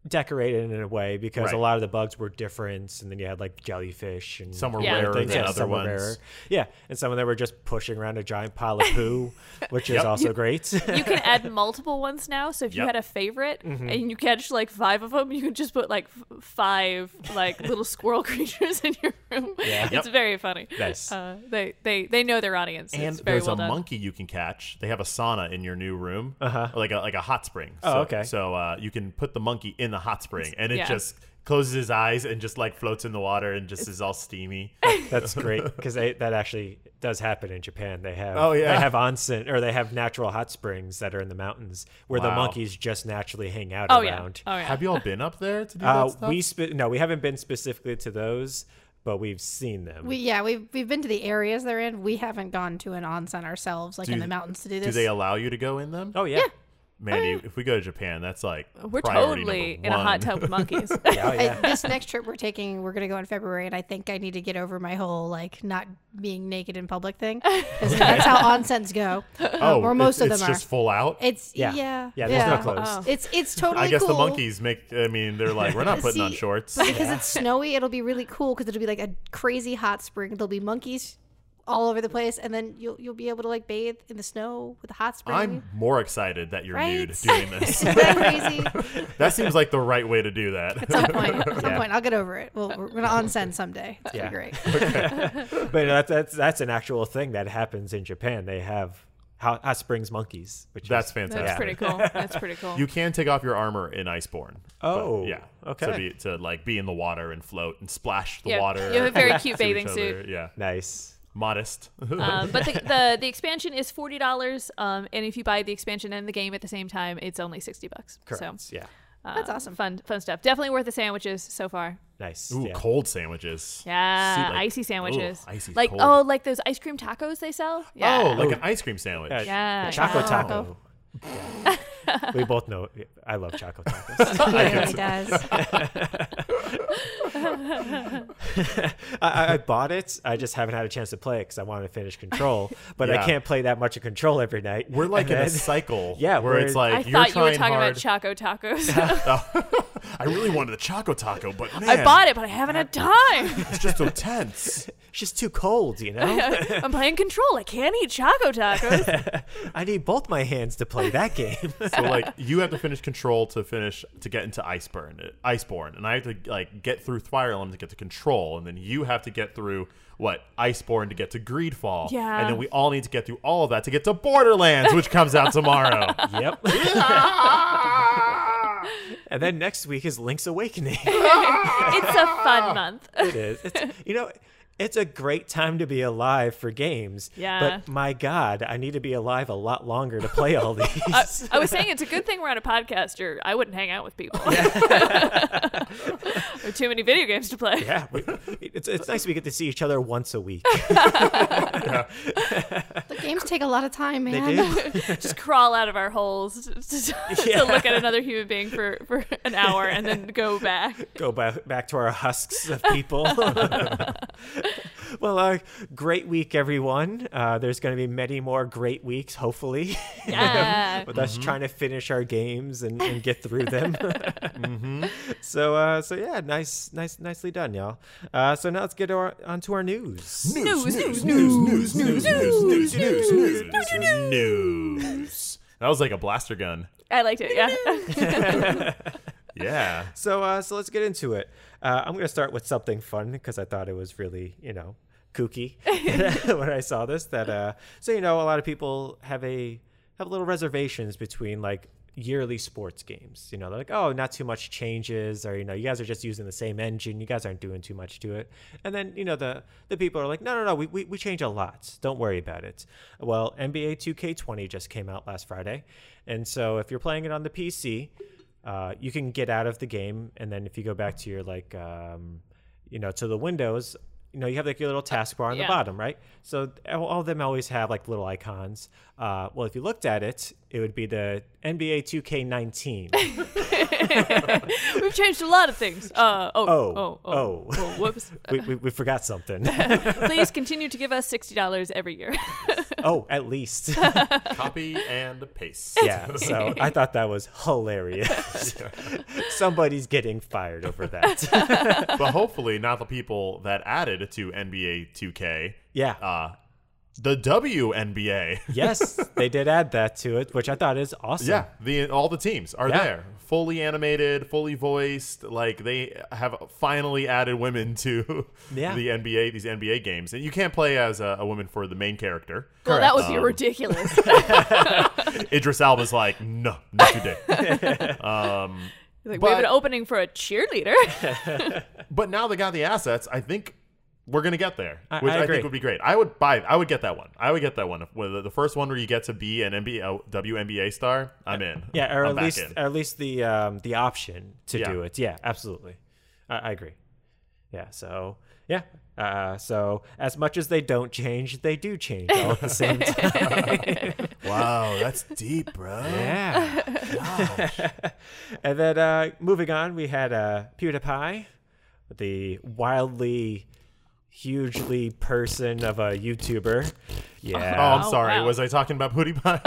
A: decorate it in a way because a
B: Right.
A: lot of the bugs were different and then you had like jellyfish and
B: Some were
D: Yeah.
A: different
B: rarer
A: things.
B: than
A: Yeah,
B: other
A: some were
B: ones.
A: rarer. Yeah, and some of them were just pushing around a giant pile of poo, which is
B: Yep.
A: also great.
D: You can add multiple ones now, so if you
B: Yep.
D: had a favorite
A: Mm-hmm.
D: and you catch like five of them, you can just put like f- five like little squirrel creatures in your room.
A: Yeah.
D: It's very funny.
A: Nice.
D: Uh, they they they know their audience.
B: And
D: it's very
B: there's
D: well
B: a
D: done.
B: monkey you can catch. They have a sauna in your new room, uh-huh. like a like a hot spring.
A: Oh,
B: so,
A: okay.
B: So uh, you can put the monkey in the hot spring, and it
D: yeah.
B: just closes his eyes and just like floats in the water and just is all steamy.
A: That's great because that actually does happen in Japan. They have
B: Oh, yeah.
A: they have onsen or they have natural hot springs that are in the mountains where the
B: Wow.
A: monkeys just naturally hang out
D: Oh yeah.
A: around.
D: Oh yeah.
B: Have you all been up there to do
A: Uh,
B: that stuff?
A: we spe- no, we haven't been specifically to those, but we've seen them.
C: We yeah we've we've been to the areas they're in. We haven't gone to an onsen ourselves, like
B: Do-
C: in the mountains, to do
B: do
C: this.
B: they allow you to go in them?
A: oh yeah.
B: Mandy, if we go to Japan, that's like
D: We're
B: priority
D: totally
B: number
D: in a
B: one.
D: hot tub with monkeys.
A: yeah, oh,
C: I-
A: yeah.
C: this next trip we're taking, we're gonna go in February, and I think I need to get over my whole like not being naked in public thing. 'Cause That's how onsens go,
B: Oh,
C: or
B: it's-
C: most of
B: it's
C: them
B: just
C: are.
B: full out.
C: It's
A: Yeah.
C: yeah,
A: Yeah,
C: yeah,
A: there's no clothes.
D: Oh.
C: It's it's totally.
B: I guess the
C: cool.
B: monkeys make. I mean, they're like, we're not putting on
C: See,
B: shorts.
C: because it's snowy. It'll be really cool because it'll be like a crazy hot spring. There'll be monkeys all over the place, and then you'll you'll be able to like bathe in the snow with a hot spring.
B: I'm more excited that you're
C: Right?
B: nude doing this.
C: Isn't that crazy?
B: that seems like the right way to do that.
C: Some point, some
A: Yeah.
C: point, I'll get over it. Well, we're gonna onsen someday. It's
A: Yeah.
C: gonna be great.
A: But that's, that's that's an actual thing that happens in Japan. They have hot, hot springs monkeys, which
B: That's
A: is,
B: fantastic.
D: That's pretty cool. That's pretty cool.
B: You can take off your armor in Iceborne. but
A: Oh,
B: yeah.
A: okay.
B: To, be, to like be in the water and float and splash the
D: Yeah,
B: water.
D: you have a very cute
B: to each
D: bathing
B: other.
D: suit.
B: Yeah,
A: nice.
B: modest.
D: um, but the, the the expansion is forty dollars, um, and if you buy the expansion and the game at the same time, it's only sixty bucks.
A: Correct.
D: So
A: Yeah.
D: uh,
C: That's awesome.
D: Fun fun stuff. Definitely worth the sandwiches so far.
A: Nice.
B: Ooh,
A: yeah.
B: cold sandwiches.
D: Yeah,
B: See, like-
D: icy sandwiches.
B: Ooh, icy
D: like
B: cold.
D: oh, like those ice cream tacos they sell. Yeah.
B: Oh, like an ice cream sandwich.
A: Yeah,
D: Yeah,
A: the Choco
D: yeah.
A: taco. Yeah. we both know. I love choco tacos.
C: It really does.
A: I, I, I bought it. I just haven't had a chance to play it because I wanted to finish Control, but I
B: Yeah.
A: can't play that much of Control every night.
B: We're like
A: And
B: in a
A: then-
B: cycle.
A: Yeah,
B: where
A: we're-
B: it's
D: I
B: like you're
D: thought you were
B: trying
D: talking
B: hard.
D: about Choco tacos.
B: I really wanted the Choco Taco, but man,
D: I bought it, but I haven't had time.
B: It's just so tense.
A: it's just too cold, you know.
D: I'm playing Control. I can't eat Choco tacos.
A: I need both my hands to play that game.
B: So like you have to finish control to finish to get into Iceborne, Iceborne, and I have to like get through Fire Emblem to get to control, and then you have to get through what Iceborne to get to Greedfall,
D: Yeah.
B: and then we all need to get through all of that to get to Borderlands, which comes out tomorrow.
A: yep. and then next week is Link's Awakening.
D: it's a fun month.
A: it is. It's, you know, it's a great time to be alive for games.
D: Yeah.
A: But my God, I need to be alive a lot longer to play all these.
D: I, I was saying it's a good thing we're on a podcast, or I wouldn't hang out with people. there are too many video games to play.
A: yeah. we- it's, it's nice we get to see each other once a week.
C: The games take a lot of time, man.
A: They do.
D: Just crawl out of our holes to, to, to
A: Yeah.
D: look at another human being for, for an hour and then go back.
A: Go ba- back to our husks of people. well, uh, great week, everyone. Uh, there's going to be many more great weeks, hopefully.
D: Yeah.
A: with us trying to finish our games and, and get through them. So uh, so yeah, nice, nice, nicely done, y'all. Uh, so now let's get our, on to our news.
D: News,
B: news, news,
D: news,
B: news, news, news, news, news, news. That was like a blaster gun.
D: I liked it. Yeah.
B: Yeah.
A: So uh, so let's get into it. Uh, I'm gonna start with something fun because I thought it was really you know kooky when I saw this. That uh, so you know a lot of people have a have little reservations between like yearly sports games. You know, they're like, oh, not too much changes, or you know, you guys are just using the same engine. You guys aren't doing too much to it. And then you know the the people are like, no, no, no, we we, we change a lot. Don't worry about it. Well, NBA 2K20 just came out last Friday, and so if you're playing it on the PC, uh, you can get out of the game, and then if you go back to your like, um, you know, to the Windows. You know, you have like your little taskbar on the
D: yeah.
A: bottom, right? So all all of them always have like little icons. Uh, well, if you looked at it, it would be the NBA 2K19
D: We've changed a lot of things. Uh, oh,
A: Oh,
D: oh, oh,
A: oh.
D: Well, whoops.
A: we, we, we forgot something.
D: Please continue to give us sixty dollars every year.
A: oh, at least.
B: Copy and paste.
A: yeah. So I thought that was hilarious. Somebody's getting fired over that.
B: but hopefully not the people that added to NBA 2K.
A: Yeah.
B: Uh, the WNBA.
A: yes, they did add that to it, which I thought is awesome.
B: Yeah, the all the teams are
A: Yeah.
B: there, fully animated, fully voiced. Like they have finally added women to
A: Yeah.
B: the NBA, these NBA games, and you can't play as a, a woman for the main character.
D: well, that would be
A: Um,
D: ridiculous.
B: Idris Alba's like, no, not today.
D: like, we
B: But-
D: have an opening for a cheerleader.
B: but now they got the assets. I think we're gonna get there,
A: I-
B: which
A: I
B: I,
A: agree.
B: think would be great. I would buy. I would get that one. I would get that one. Whether the first one where you get to be an NBA, a WNBA star, I'm in.
A: Uh, Yeah, or
B: I'm
A: at
B: back
A: least
B: in.
A: or at least the um, the option to
B: Yeah.
A: do it. Yeah, absolutely. I, I agree. Yeah. So yeah. Uh, so as much as they don't change, they do change all at the same time.
B: wow, that's deep, bro.
A: yeah. and then uh, moving on, we had uh, PewDiePie, the wildly, hugely person of a YouTuber.
B: Oh,
A: Yeah,
B: I'm
D: Oh,
B: sorry.
D: wow.
B: Was I talking about Booty Pie?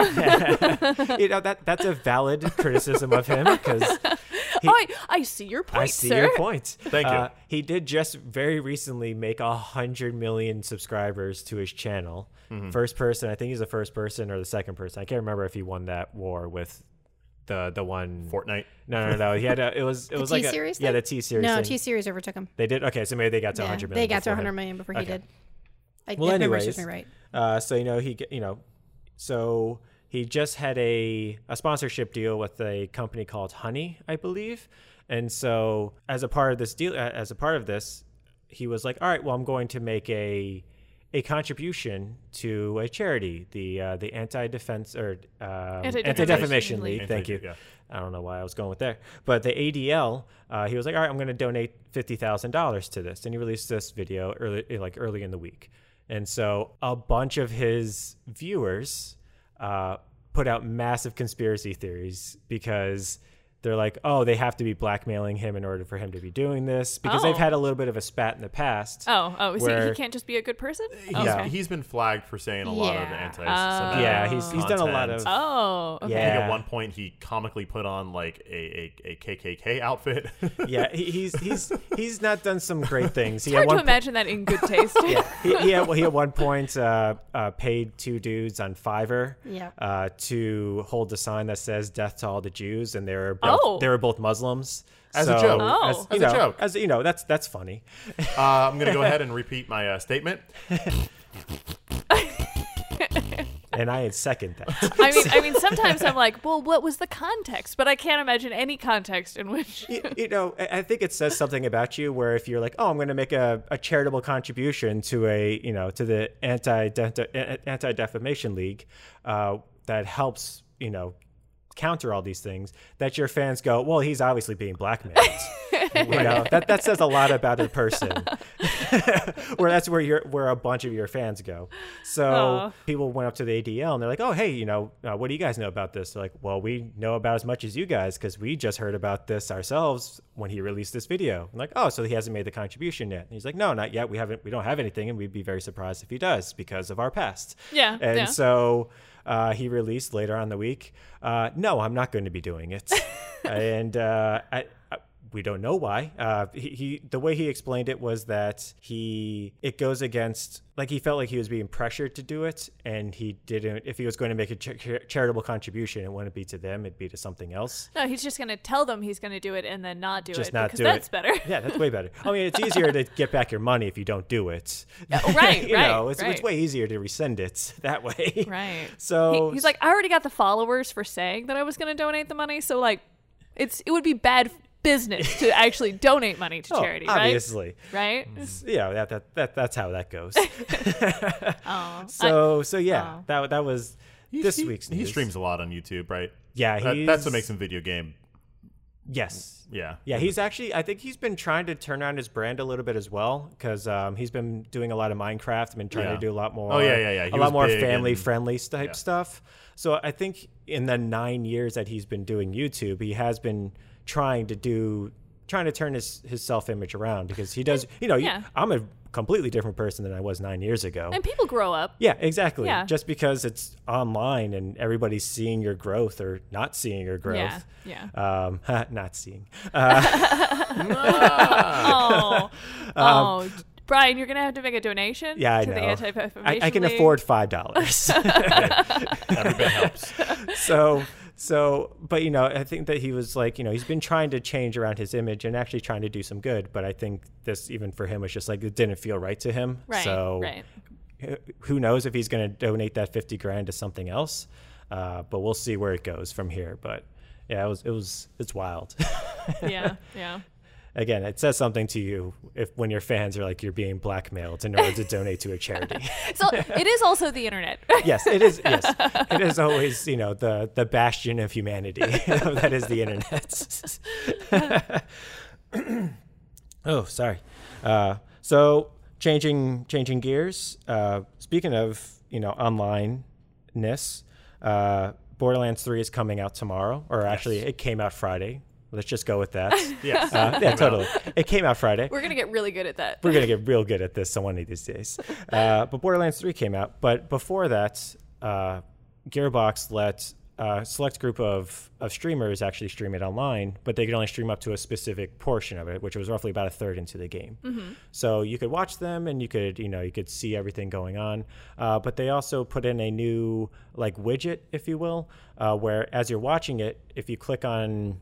A: you know that that's a valid criticism of him because
D: oh, I, I see your point,
A: I see
D: sir.
A: your point.
B: Thank you.
A: Uh, he did just very recently make a hundred million subscribers to his channel. First person, I think he's the first person or the second person. I can't remember if he won that war with the the one
B: Fortnite.
A: No, no, no. He had a. It was. It was like
C: T-Series
A: a, yeah,
C: thing?
A: the T series.
C: No,
A: thing.
C: T Series overtook him.
A: They did okay, so maybe they got to
C: Yeah,
A: 100
C: they
A: million.
C: got to
A: before him.
C: 100 million before he
A: Okay.
C: did. I,
A: Well,
C: if memory serves
A: anyways,
C: me right.
A: uh, so you know he, g- you know, so he just had a a sponsorship deal with a company called Honey, I believe, and so as a part of this deal, uh, as a part of this, he was like, all right, well, I'm going to make a a contribution to a charity, the uh, the anti defense or um,
D: Anti-Defamation
A: anti defamation
D: League.
A: league. Thank you.
B: Anti- yeah.
A: I don't know why I was going with there, but the ADL, uh, he was like, "All right, I'm going to donate fifty thousand dollars to this," and he released this video early, like early in the week, and so a bunch of his viewers uh, put out massive conspiracy theories because they're like, "Oh, they have to be blackmailing him in order for him to be doing this," because they've
D: Oh.
A: had a little bit of a spat in the past.
D: Oh, oh, so he
A: where-
D: can't just be a good person?
B: He's,
D: Oh,
A: Yeah.
D: okay.
B: he's been flagged for saying a lot of
C: Yeah.
B: anti.
D: Oh.
A: Yeah, he's- he's done a lot of-
D: Oh, okay.
B: I think
A: Yeah.
B: at one point he comically put on like a a, a KKK outfit. Uh,
A: yeah, he, he's he's he's not done some great things. He
D: Hard to
A: one po-
D: imagine that in good taste.
A: he, he, at, he at one point uh, uh, paid two dudes on Fiverr
C: Yeah.
A: uh, to hold a sign that says "Death to all the Jews," and they were both,
D: Oh.
A: they were both Muslims.
B: As a
A: So,
B: joke.
D: Oh.
A: as, you
B: As a
A: know,
B: joke.
A: as you know, that's that's funny.
B: uh, I'm gonna go ahead and repeat my uh, statement.
A: And I second that.
D: I mean, I mean, sometimes I'm like, well, what was the context? But I can't imagine any context in which.
A: you, you know, I I think it says something about you where if you're like, oh, I'm going to make a, a charitable contribution to a, you know, to the anti anti defamation league uh, that helps, you know, counter all these things, that your fans go, well, he's obviously being blackmailed. you know, that that says a lot about a person. where that's where you're where a bunch of your fans go. So
D: Aw.
A: people went up to the ADL and they're like, "Oh, hey, you know, uh, what do you guys know about this?" They're like, "Well, we know about as much as you guys because we just heard about this ourselves when he released this video." I'm like, "Oh, so he hasn't made the contribution yet?" And he's like, "No, not yet. We haven't. We don't have anything, and we'd be very surprised if he does because of our past."
D: Yeah,
A: And
D: yeah.
A: so uh, he released later on in the week. Uh, no, I'm not going to be doing it. and uh, I, I- we don't know why. Uh, he, he the way he explained it was that he it goes against like he felt like he was being pressured to do it, and he didn't. If he was going to make a cha- cha- charitable contribution, it wouldn't be to them; it'd be to something else.
D: No, he's just going to tell them he's going to do it and then not do
A: Just
D: it
A: not
D: because
A: do
D: that's
A: it.
D: better.
A: Yeah, that's way better. I mean, it's easier to get back your money if you don't do it.
D: right,
A: you
D: right,
A: know, it's, it's
D: right.
A: way easier to rescind it that way.
D: Right.
A: So
D: He- he's like, I already got the followers for saying that I was going to donate the money, so like, it's it would be bad business to actually donate money to
A: oh,
D: charity,
A: obviously. Mm-hmm.
D: right? Right?
A: Yeah, that, that that that's how that goes.
D: Oh, I-
A: So so yeah,
D: oh.
A: that that was
B: He-
A: this
B: he-
A: week's.
B: He
A: news.
B: streams a lot on YouTube, right?
A: Yeah,
B: That-
A: he's,
B: that's what makes him video game.
A: Yes.
B: Yeah.
A: Yeah, he's actually. I think he's been trying to turn around his brand a little bit as well, because um, he's been doing a lot of Minecraft. Been trying
B: Yeah.
A: to do a lot more.
B: Oh, yeah, yeah, yeah. He
A: a
B: was
A: lot more
B: big
A: family
B: and-
A: friendly type
B: yeah.
A: stuff. So I think in the nine years that he's been doing YouTube, he has been trying to do trying to turn his his self image around because he does. You know, you-
D: Yeah.
A: I'm a completely different person than I was nine years ago.
D: and people grow up.
A: Yeah, exactly.
D: Yeah.
A: Just because it's online and everybody's seeing your growth or not seeing your growth.
D: Yeah,
A: Um, not seeing. Uh,
D: oh, oh, Brian, you're going to have to make a donation.
A: um, Yeah, I
D: to
A: know.
D: the Anti-Defamation
A: I, I can
D: League.
A: afford five dollars.
B: Everybody helps.
A: so, so, but you know, I think that he was like, you know, he's been trying to change around his image and actually trying to do some good. But I think this, even for him, was just like it didn't feel right to him.
D: Right,
A: So,
D: right.
A: who- who knows if he's going to donate that fifty grand to something else? Uh, but we'll see where it goes from here. But yeah, it was, it was, it's wild.
D: Yeah, yeah.
A: Again, it says something to you if when your fans are like you're being blackmailed in order to donate to a charity.
D: So it is also the internet.
A: yes, it is. Yes, it is always you know the the bastion of humanity that is the internet. oh, sorry. Uh, so changing changing gears. Uh, speaking of you know online-ness, uh, Borderlands Three is coming out tomorrow, or actually it came out Friday. Let's just go with that.
B: Yes.
A: Uh, yeah, totally. It came out Friday
D: We're going to get really good at that.
A: we're gonna get real good at this on one of these days. Uh, but Borderlands Three came out, but before that, uh, Gearbox let a select group of of streamers actually stream it online, but they could only stream up to a specific portion of it, which was roughly about a third into the game. So you could watch them, and you could you know you could see everything going on. Uh, but they also put in a new like widget, if you will, uh, where as you're watching it, if you click on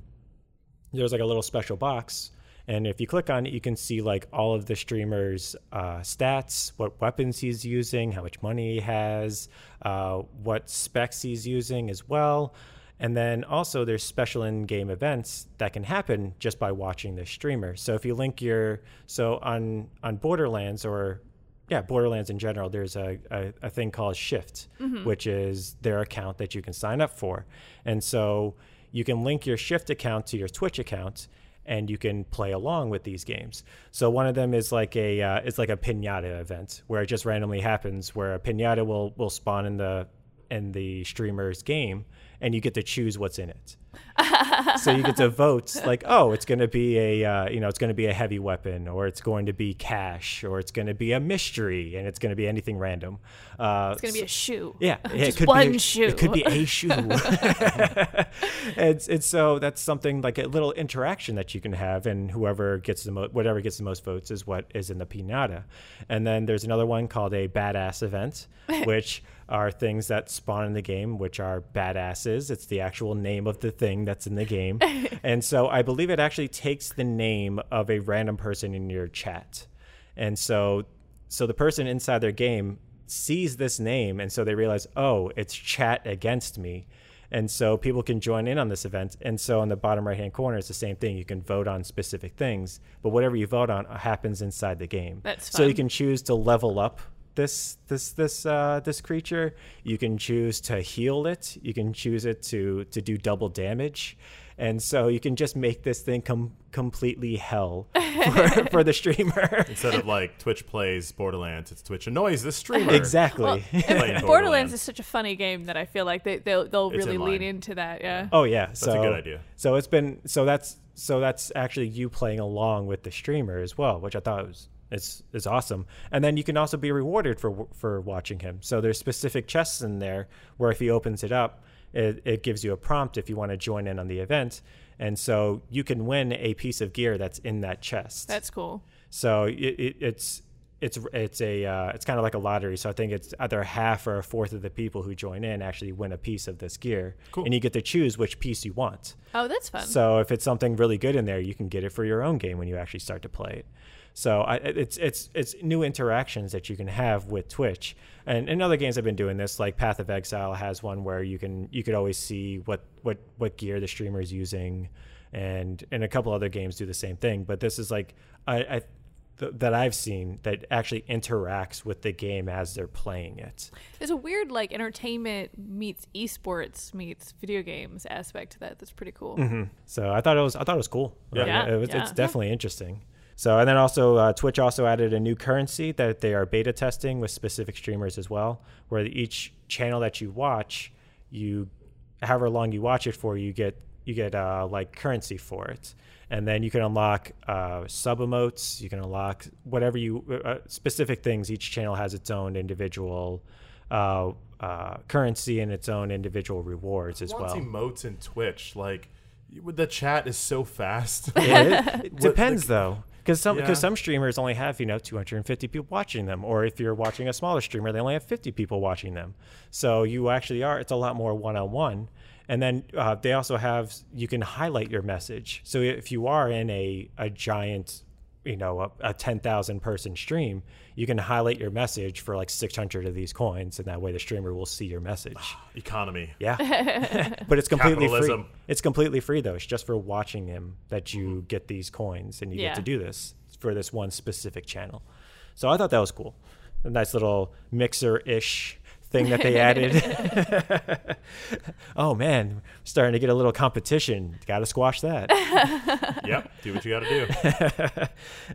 A: there's like a little special box and if you click on it you can see like all of the streamer's uh, stats what weapons he's using how much money he has uh, what specs he's using as well and then also there's special in-game events that can happen just by watching the streamer so if you link your so on on borderlands or yeah, Borderlands in general, there's a, a, a thing called Shift, which is their account that you can sign up for. And so you can link your Shift account to your Twitch account and you can play along with these games. So one of them is like a uh, it's like a piñata event where it just randomly happens where a piñata will will spawn in the in the streamer's game and you get to choose what's in it so you get to vote like oh it's going to be a uh, you know it's going to be a heavy weapon or it's going to be cash or it's going to be a mystery and it's going to be anything random uh,
D: It's going to be a shoe.
A: yeah, yeah, it
D: Just
A: could
D: one
A: be a,
D: shoe.
A: It could be a shoe. and, and so that's something like a little interaction that you can have, and whoever gets the most, whatever gets the most votes is what is in the pinata. And then there's another one called a badass event, which are things that spawn in the game, which are badasses. It's the actual name of the thing that's in the game, and so I believe it actually takes the name of a random person in your chat, and so so the person inside their game sees this name and so they realize oh it's chat against me and so people can join in on this event and so on the bottom right hand corner it's the same thing you can vote on specific things but whatever you vote on happens inside the game
D: That's
A: so you
D: fun.
A: can choose to level up this this this uh, this creature you can choose to heal it you can choose it to to do double damage and so you can just make this thing com- completely hell for, for the streamer
B: Instead of like Twitch plays Borderlands, it's Twitch annoys the streamer.
A: exactly
D: Well,
B: Playing
D: and Borderlands
B: Borderlands.
D: is such a funny game that I feel like they, they'll, they'll
B: It's
D: really
B: in
D: lean
B: line.
D: into that. Yeah.
A: Oh yeah, so,
B: a good idea.
A: So it's been so that's so that's actually you playing along with the streamer as well, which I thought was It's it's awesome. And then you can also be rewarded for for watching him. So there's specific chests in there where if he opens it up, it, it gives you a prompt if you want to join in on the event. And so you can win a piece of gear that's in that chest.
D: That's cool.
A: So it, it, it's it's it's a uh, it's kind of like a lottery. So I think it's either half or a fourth of the people who join in actually win a piece of this gear,
B: Cool.
A: and you get to choose which piece you want.
D: Oh, that's fun.
A: So if it's something really good in there, you can get it for your own game when you actually start to play it. So I, it's it's it's new interactions that you can have with Twitch, and in other games I've been doing this, like Path of Exile has one where you can you could always see what what what gear the streamer is using, and and a couple other games do the same thing. But this is like I, I th- that I've seen that actually interacts with the game as they're playing it.
D: There's a weird like entertainment meets esports meets video games aspect to that. That's pretty cool.
A: Mm-hmm. So I thought it was I thought it was cool.
B: Yeah.
A: Like,
D: Yeah,
A: it was-
D: yeah.
A: it's definitely interesting. So and then also uh, Twitch also added a new currency that they are beta testing with specific streamers as well, where each channel that you watch, you however long you watch it for, you get you get uh, like currency for it, and then you can unlock uh, sub emotes. You can unlock whatever you uh, uh, specific things. Each channel has its own individual. Uh, uh, currency and its own individual rewards as well.
B: emotes in Twitch? Like, you- the chat is so fast.
A: Yeah, it, it
B: What-
A: depends though. Because some,
B: Yeah.
A: because some streamers only have you know 250 people watching them, or if you're watching a smaller streamer, they only have 50 people watching them. So you actually are it's a lot more one on one. And then uh, they also have you can highlight your message. So if you are in a a giant, you know, a, a 10,000 person stream, you can highlight your message for like 600 of these coins, and that way the streamer will see your message.
B: Economy.
A: Yeah. but it's completely
B: Capitalism.
A: free. It's completely free though. It's just for watching him that you get these coins and you
D: Yeah.
A: get to do this for this one specific channel. So I thought that was cool. A nice little mixer-ish thing that they added. oh man, starting to get a little competition. Got to squash that.
B: yep. Do what you got to do.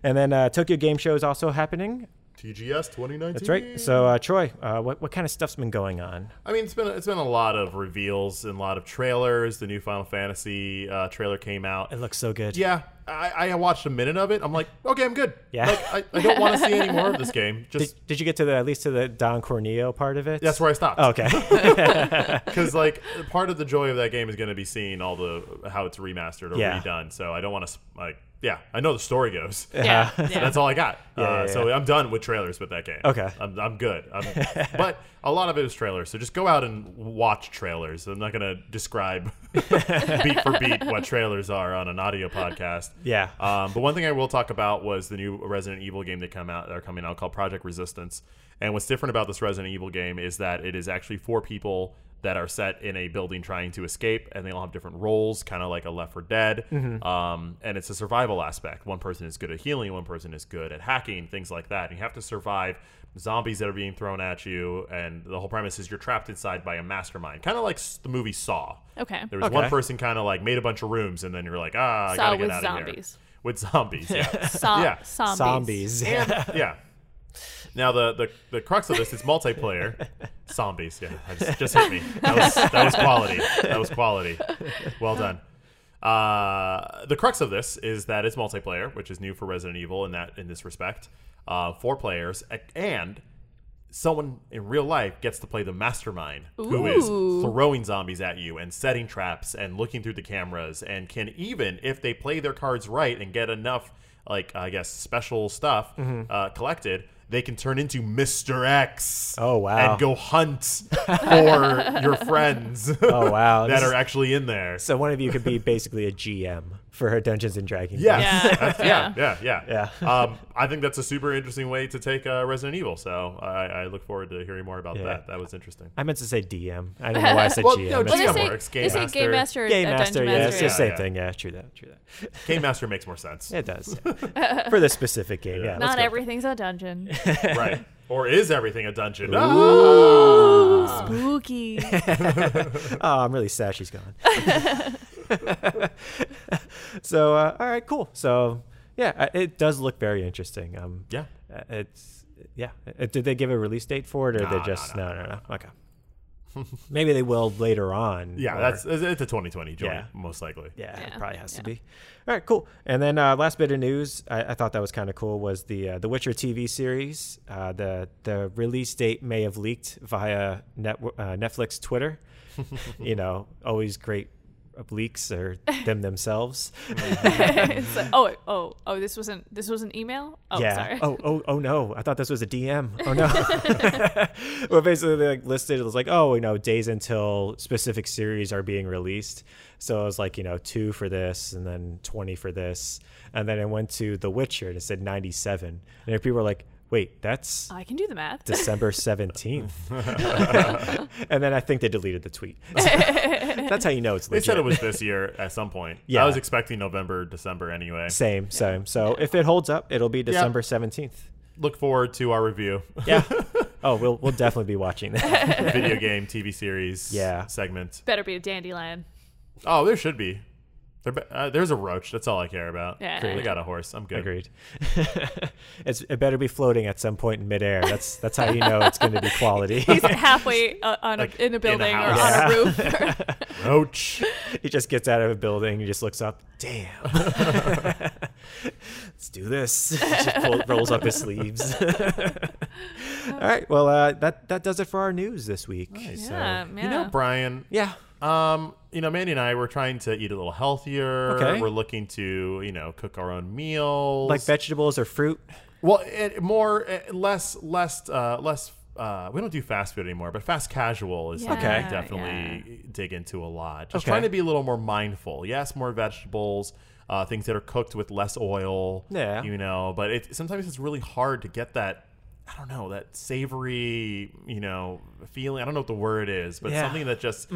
A: and then uh, Tokyo Game Show is also happening.
B: TGS 2019.
A: That's right. So uh, Troy, uh, what what kind of stuff's been going on?
B: I mean, it's been it's been a lot of reveals and a lot of trailers. The new Final Fantasy uh, trailer came out.
A: It looks so good.
B: Yeah, I, I watched a minute of it. I'm like, okay, I'm good.
A: Yeah.
B: Like, I, I don't want to see any more of this game.
A: Did,
B: Just
A: did you get to the at least to the Don Corneo part of it?
B: that's where I stopped.
A: Oh, Okay.
B: because like part of the joy of that game is going to be seeing all the how it's remastered or
A: Yeah.
B: redone. So I don't want to like yeah, I know the story goes.
D: Yeah,
B: So
D: yeah.
B: that's all I got. uh,
A: yeah,
B: So I'm done with trailers with that game.
A: Okay.
B: I'm, I'm good. I'm, but a lot of it is trailers. So just go out and watch trailers. I'm not going to describe beat for beat what trailers are on an audio podcast.
A: Yeah.
B: Um, but one thing I will talk about was the new Resident Evil game that come out that are coming out called Project Resistance. And what's different about this Resident Evil game is that it is actually four people that are set in a building trying to escape, and they all have different roles, kind of like a Left 4 Dead. Um, and it's a survival aspect. One person is good at healing, one person is good at hacking, things like that. And you have to survive zombies that are being thrown at you, and the whole premise is you're trapped inside by a mastermind, kind of like s- the movie Saw.
D: Okay.
B: There was
A: Okay.
B: one person kind of like made a bunch of rooms, and then you're like, ah, I
D: Saw
B: gotta get
D: with
B: out of here
D: zombies.
B: with zombies. Yeah,
D: So-
B: Yeah.
D: Zombies.
A: zombies.
B: yeah. Now the, the the crux of this is multiplayer zombies. Yeah, that just, just hit me. That was, that was quality. That was quality. Well done. Uh, the crux of this is that it's multiplayer, which is new for Resident Evil in that in this respect. Uh, four players a- and someone in real life gets to play the mastermind who is
D: Ooh.
B: throwing zombies at you and setting traps and looking through the cameras and can even if they play their cards right and get enough like i guess special stuff
A: Mm-hmm.
B: uh, collected they can turn into mr x
A: Oh, wow.
B: and go hunt for your friends
A: Oh wow.
B: that
A: This is-
B: are actually in there
A: so one of you could be basically a GM for her Dungeons and Dragons.
B: yeah.
D: Yeah,
B: That's- yeah, yeah, yeah,
A: Yeah.
B: um, I think that's a super interesting way to take uh, Resident Evil. So I, I look forward to hearing more about
A: Yeah.
B: that. That was interesting.
A: I meant to say DM. I don't know why I said
B: Well,
A: GM.
B: no,
A: It's
D: Well,
B: GM
A: fine.
D: they say,
B: works, Game
D: they say
B: Master.
D: game master, uh,
A: Game
D: dungeon
A: master, yeah, it's
D: master.
A: the same
B: yeah.
A: thing. Yeah, true that, true that.
B: Game Master makes more sense.
A: It does. yeah. For this specific game, yeah. let's
D: Not
A: go.
D: everything's a dungeon.
B: right. Or is everything a dungeon? Ah!
D: Spooky.
A: Oh, I'm really sad she's gone. so, uh, all right, cool. So, yeah, I- it does look very interesting. Um,
B: Yeah.
A: uh, it's yeah. Uh, Did they give a release date for it, or
B: No,
A: they
B: no,
A: just
B: no,
A: no, no, no? Okay. Maybe they will later on.
B: Yeah,
A: or-
B: that's it's it's a 2020 joint,
A: Yeah.
B: most likely.
A: Yeah, it
D: Yeah.
A: probably has to
D: Yeah.
A: be. All right, cool. And then uh, last bit of news, I, I thought that was kind of cool was the uh, the Witcher TV series. Uh, the the release date may have leaked via net, uh, Netflix Twitter. you know, always great leaks or them themselves.
D: it's like, oh, oh, oh, this wasn't this was an email. Oh,
A: yeah.
D: sorry.
A: Oh, oh, oh no! I thought this was a DM. Oh no! well, basically, they like listed it was like, oh, you know, days until specific series are being released. So it was like, you know, two for this, and then twenty for this, and then it went to The Witcher, and it said ninety-seven, and people were like, wait, that's
D: I can do the math.
A: December seventeenth, and then I think they deleted the tweet. that's how you know it's
B: They
A: legit.
B: said it was this year at some point.
A: Yeah.
B: I was expecting November, December anyway.
A: same, same. So if it holds up, it'll be December seventeenth.
B: Look forward to our review.
A: Yeah. Oh, we'll we'll definitely be watching that.
B: Video game, TV series,
A: Yeah.
B: segment.
D: Better be a dandelion.
B: Oh, there should be. There, be- uh, there's a roach. That's all I care about.
D: Yeah. Agreed.
B: They got a horse. I'm good.
A: Agreed. it's, it better be floating at some point in midair. That's that's how you know it's going to be quality.
D: He's halfway uh, on
B: Like,
D: a,
B: in
D: in
B: a
D: a building or
B: house.
D: on a roof.
B: Roach.
A: he just gets out of a building. He just looks up. Damn. Let's do this. He just pull, rolls up his sleeves. All right. Well, uh, that that does it for our news this week. So-
D: yeah, yeah.
B: You know, Brian.
A: yeah.
B: Um, you know, Mandy and I were trying to eat a little healthier.
A: Okay.
B: We're looking to, you know, cook our own meals.
A: Like vegetables or fruit.
B: Well, it, more, it, less, less, uh, less. Uh, we don't do fast food anymore, but fast casual is something
A: Okay.
B: we definitely dig into a lot. Just
A: Okay.
B: trying to be a little more mindful. Yes, more vegetables, uh, things that are cooked with less oil.
A: Yeah.
B: you know, but it sometimes it's really hard to get that. I don't know that savory, you know, feeling. I don't know what the word is, but
A: Yeah. Mm.
B: something that just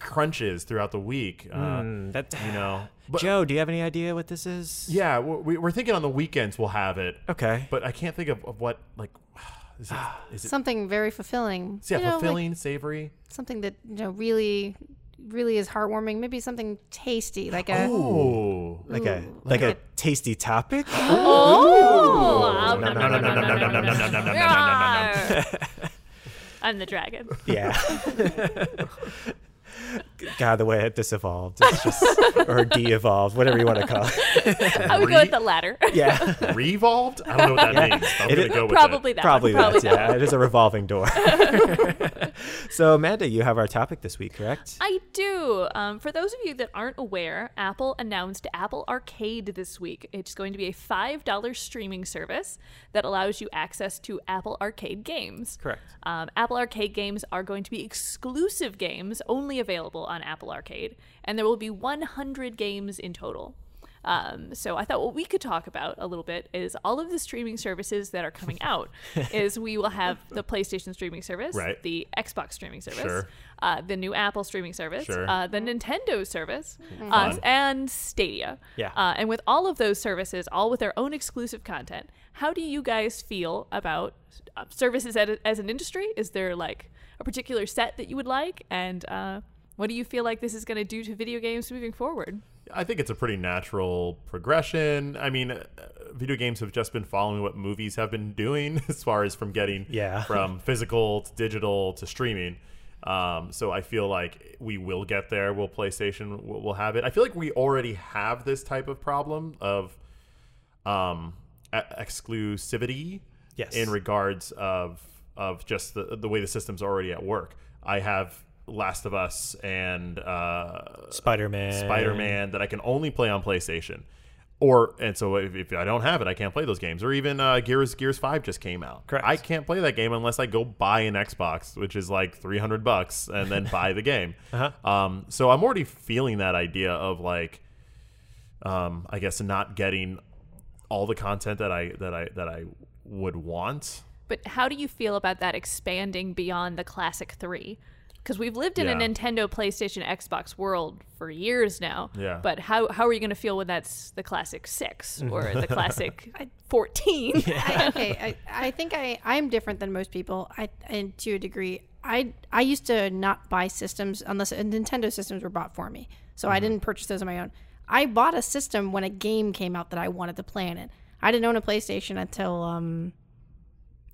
B: crunches throughout the week. Uh,
A: That
B: You know, but
A: Joe, do you have any idea what this is?
B: yeah, we, we're thinking on the weekends we'll have it.
A: Okay.
B: But I can't think of, of what like is it, is it
C: Something very fulfilling.
B: so yeah,
C: You know, like
B: fulfilling, savory.
C: something that you know really, really is heartwarming. Maybe something tasty, like a.
B: Oh.
A: Like a like a tasty topic.
D: Oh,
A: No,
D: nom,
A: no,
D: nom,
A: no,
D: nom,
A: no,
D: nom,
A: no,
D: nom,
A: no,
D: nom,
A: no,
D: nom,
B: no, no,
D: nom,
B: no,
D: nom, nom. I'm the dragon.
A: Yeah. God, the way this evolved, it's just or de-evolved, whatever you want to call it.
D: I would go with the latter.
A: Yeah,
B: Revolved? I don't know what that means. but I'm
A: It
B: gonna
A: is-
B: go with
D: Probably
B: it.
D: that.
A: probably
D: one. Probably
A: that. Yeah, it is a revolving door. so, Amanda, you have our topic this week, correct?
D: I do. Um, for those of you that aren't aware, Apple announced Apple Arcade this week. It's going to be a $5 streaming service that allows you access to Apple Arcade games.
A: Correct.
D: Um, Apple Arcade games are going to be exclusive games only available on Apple Arcade, and there will be 100 games in total. Um, so I thought what we could talk about a little bit is all of the streaming services that are coming out. is we will have the PlayStation streaming service,
B: Right.
D: the Xbox streaming service,
B: Sure.
D: uh, the new Apple streaming service,
B: Sure.
D: uh, the Nintendo service, uh, and Stadia.
A: Yeah.
D: Uh, and with all of those services, all with their own exclusive content, how do you guys feel about uh, services as, as an industry? Is there like a particular set that you would like? And uh, what do you feel like this is going to do to video games moving forward?
B: I think it's a pretty natural progression. I mean, uh, video games have just been following what movies have been doing as far as from getting
A: Yeah.
B: from physical to digital to streaming. Um, so I feel like we will get there. Will PlayStation will will have it? I feel like we already have this type of problem of um, e- exclusivity
A: Yes.
B: in regards of of just the the way the system's already at work. I have Last of Us and uh,
A: Spider-Man.
B: Spider-Man that I can only play on PlayStation. Or and so if, if I don't have it, I can't play those games. Or even uh, Gears Gears Five just came out.
A: Correct.
B: I can't play that game unless I go buy an Xbox, which is like three hundred bucks, and then buy the game. uh-huh. um, so I'm already feeling that idea of like, um, I guess not getting all the content that I that I that I would want.
D: But how do you feel about that expanding beyond the classic three? Because we've lived in
B: Yeah.
D: a Nintendo, PlayStation, Xbox world for years now.
B: Yeah.
D: But how, how are you going to feel when that's the classic six or the classic 14?
C: I, okay, I, I think I I'm different than most people. I and to a degree, I I used to not buy systems unless and Nintendo systems were bought for me, so I didn't purchase those on my own. I bought a system when a game came out that I wanted to play on it. I didn't own a PlayStation until um,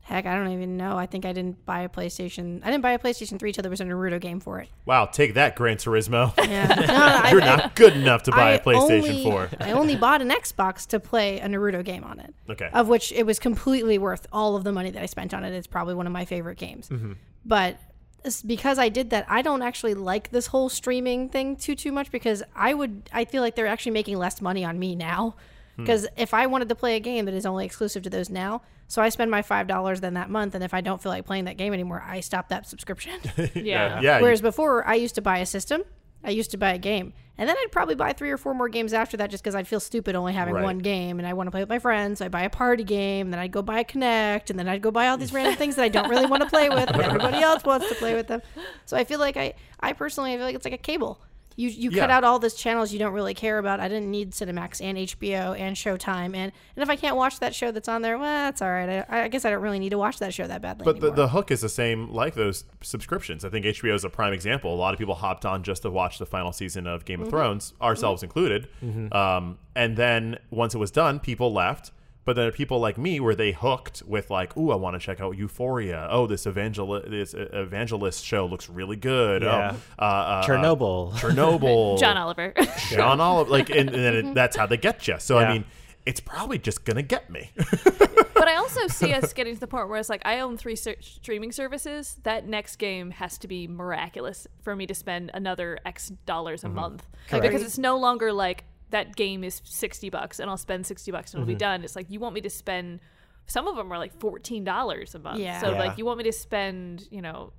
C: Heck, I don't even know. I think I didn't buy a PlayStation. I didn't buy a PlayStation 3 till there was a Naruto game for it.
B: Wow, take that, Gran Turismo.
C: Yeah. No, no, I-
B: You're
C: I-
B: not good enough to buy a
C: I
B: PlayStation
C: only-
B: 4.
C: I only bought an Xbox to play a Naruto game on it.
B: Okay.
C: Of which it was completely worth all of the money that I spent on it. It's probably one of my favorite games.
B: Mm-hmm.
C: But s- because I did that, I don't actually like this whole streaming thing too too much because I would I feel like they're actually making less money on me now.
B: Hmm.
C: Because if I wanted to play a game that is only exclusive to those now, so I spend my five dollars then that month, and if I don't feel like playing that game anymore, I stop that subscription.
D: Yeah.
B: yeah. you-
C: Whereas before, I used to buy a system, I used to buy a game, and then I'd probably buy three or four more games after that just because I'd feel stupid only having
B: Right.
C: one game, and I want to play with my friends. So I buy a party game, then I'd go buy a Connect, and then I'd go buy all these random things that I don't really want to play with, and everybody else wants to play with them. So I feel like I, I personally, I feel like it's like a cable. You, you cut
B: Yeah.
C: out all those channels you don't really care about. I didn't need Cinemax and HBO and Showtime and, and if I can't watch that show that's on there, well, that's all right. I, I guess I don't really need to watch that show that badly.
B: But the,
C: anymore.
B: the hook is the same like those subscriptions. I think HBO is a prime example. A lot of people hopped on just to watch the final season of Game
A: Mm-hmm.
B: of Thrones, ourselves included. Um, and then once it was done, people left. But then there are people like me where they hooked with like, "Ooh, I want to check out Euphoria. Oh, this evangel this uh, evangelist show looks really good.
A: Yeah.
B: Oh, uh, uh, uh,
A: Chernobyl.
B: Chernobyl.
D: John Oliver. Mm-hmm.
B: John Oliver. Like, and, and then it, that's how they get you. So
A: Yeah.
B: I mean, it's probably just gonna get me.
D: but I also see us getting to the point where it's like I own three ser- streaming services. That next game has to be miraculous for me to spend another X dollars a
A: Mm-hmm.
D: month
C: Correct.
D: because it's no longer like that game is sixty bucks and I'll spend sixty bucks and it'll
A: Mm-hmm.
D: be done. It's like you want me to spend. Some of them are like fourteen dollars a month.
C: Yeah.
D: So
A: Yeah.
D: like you want me to spend you know.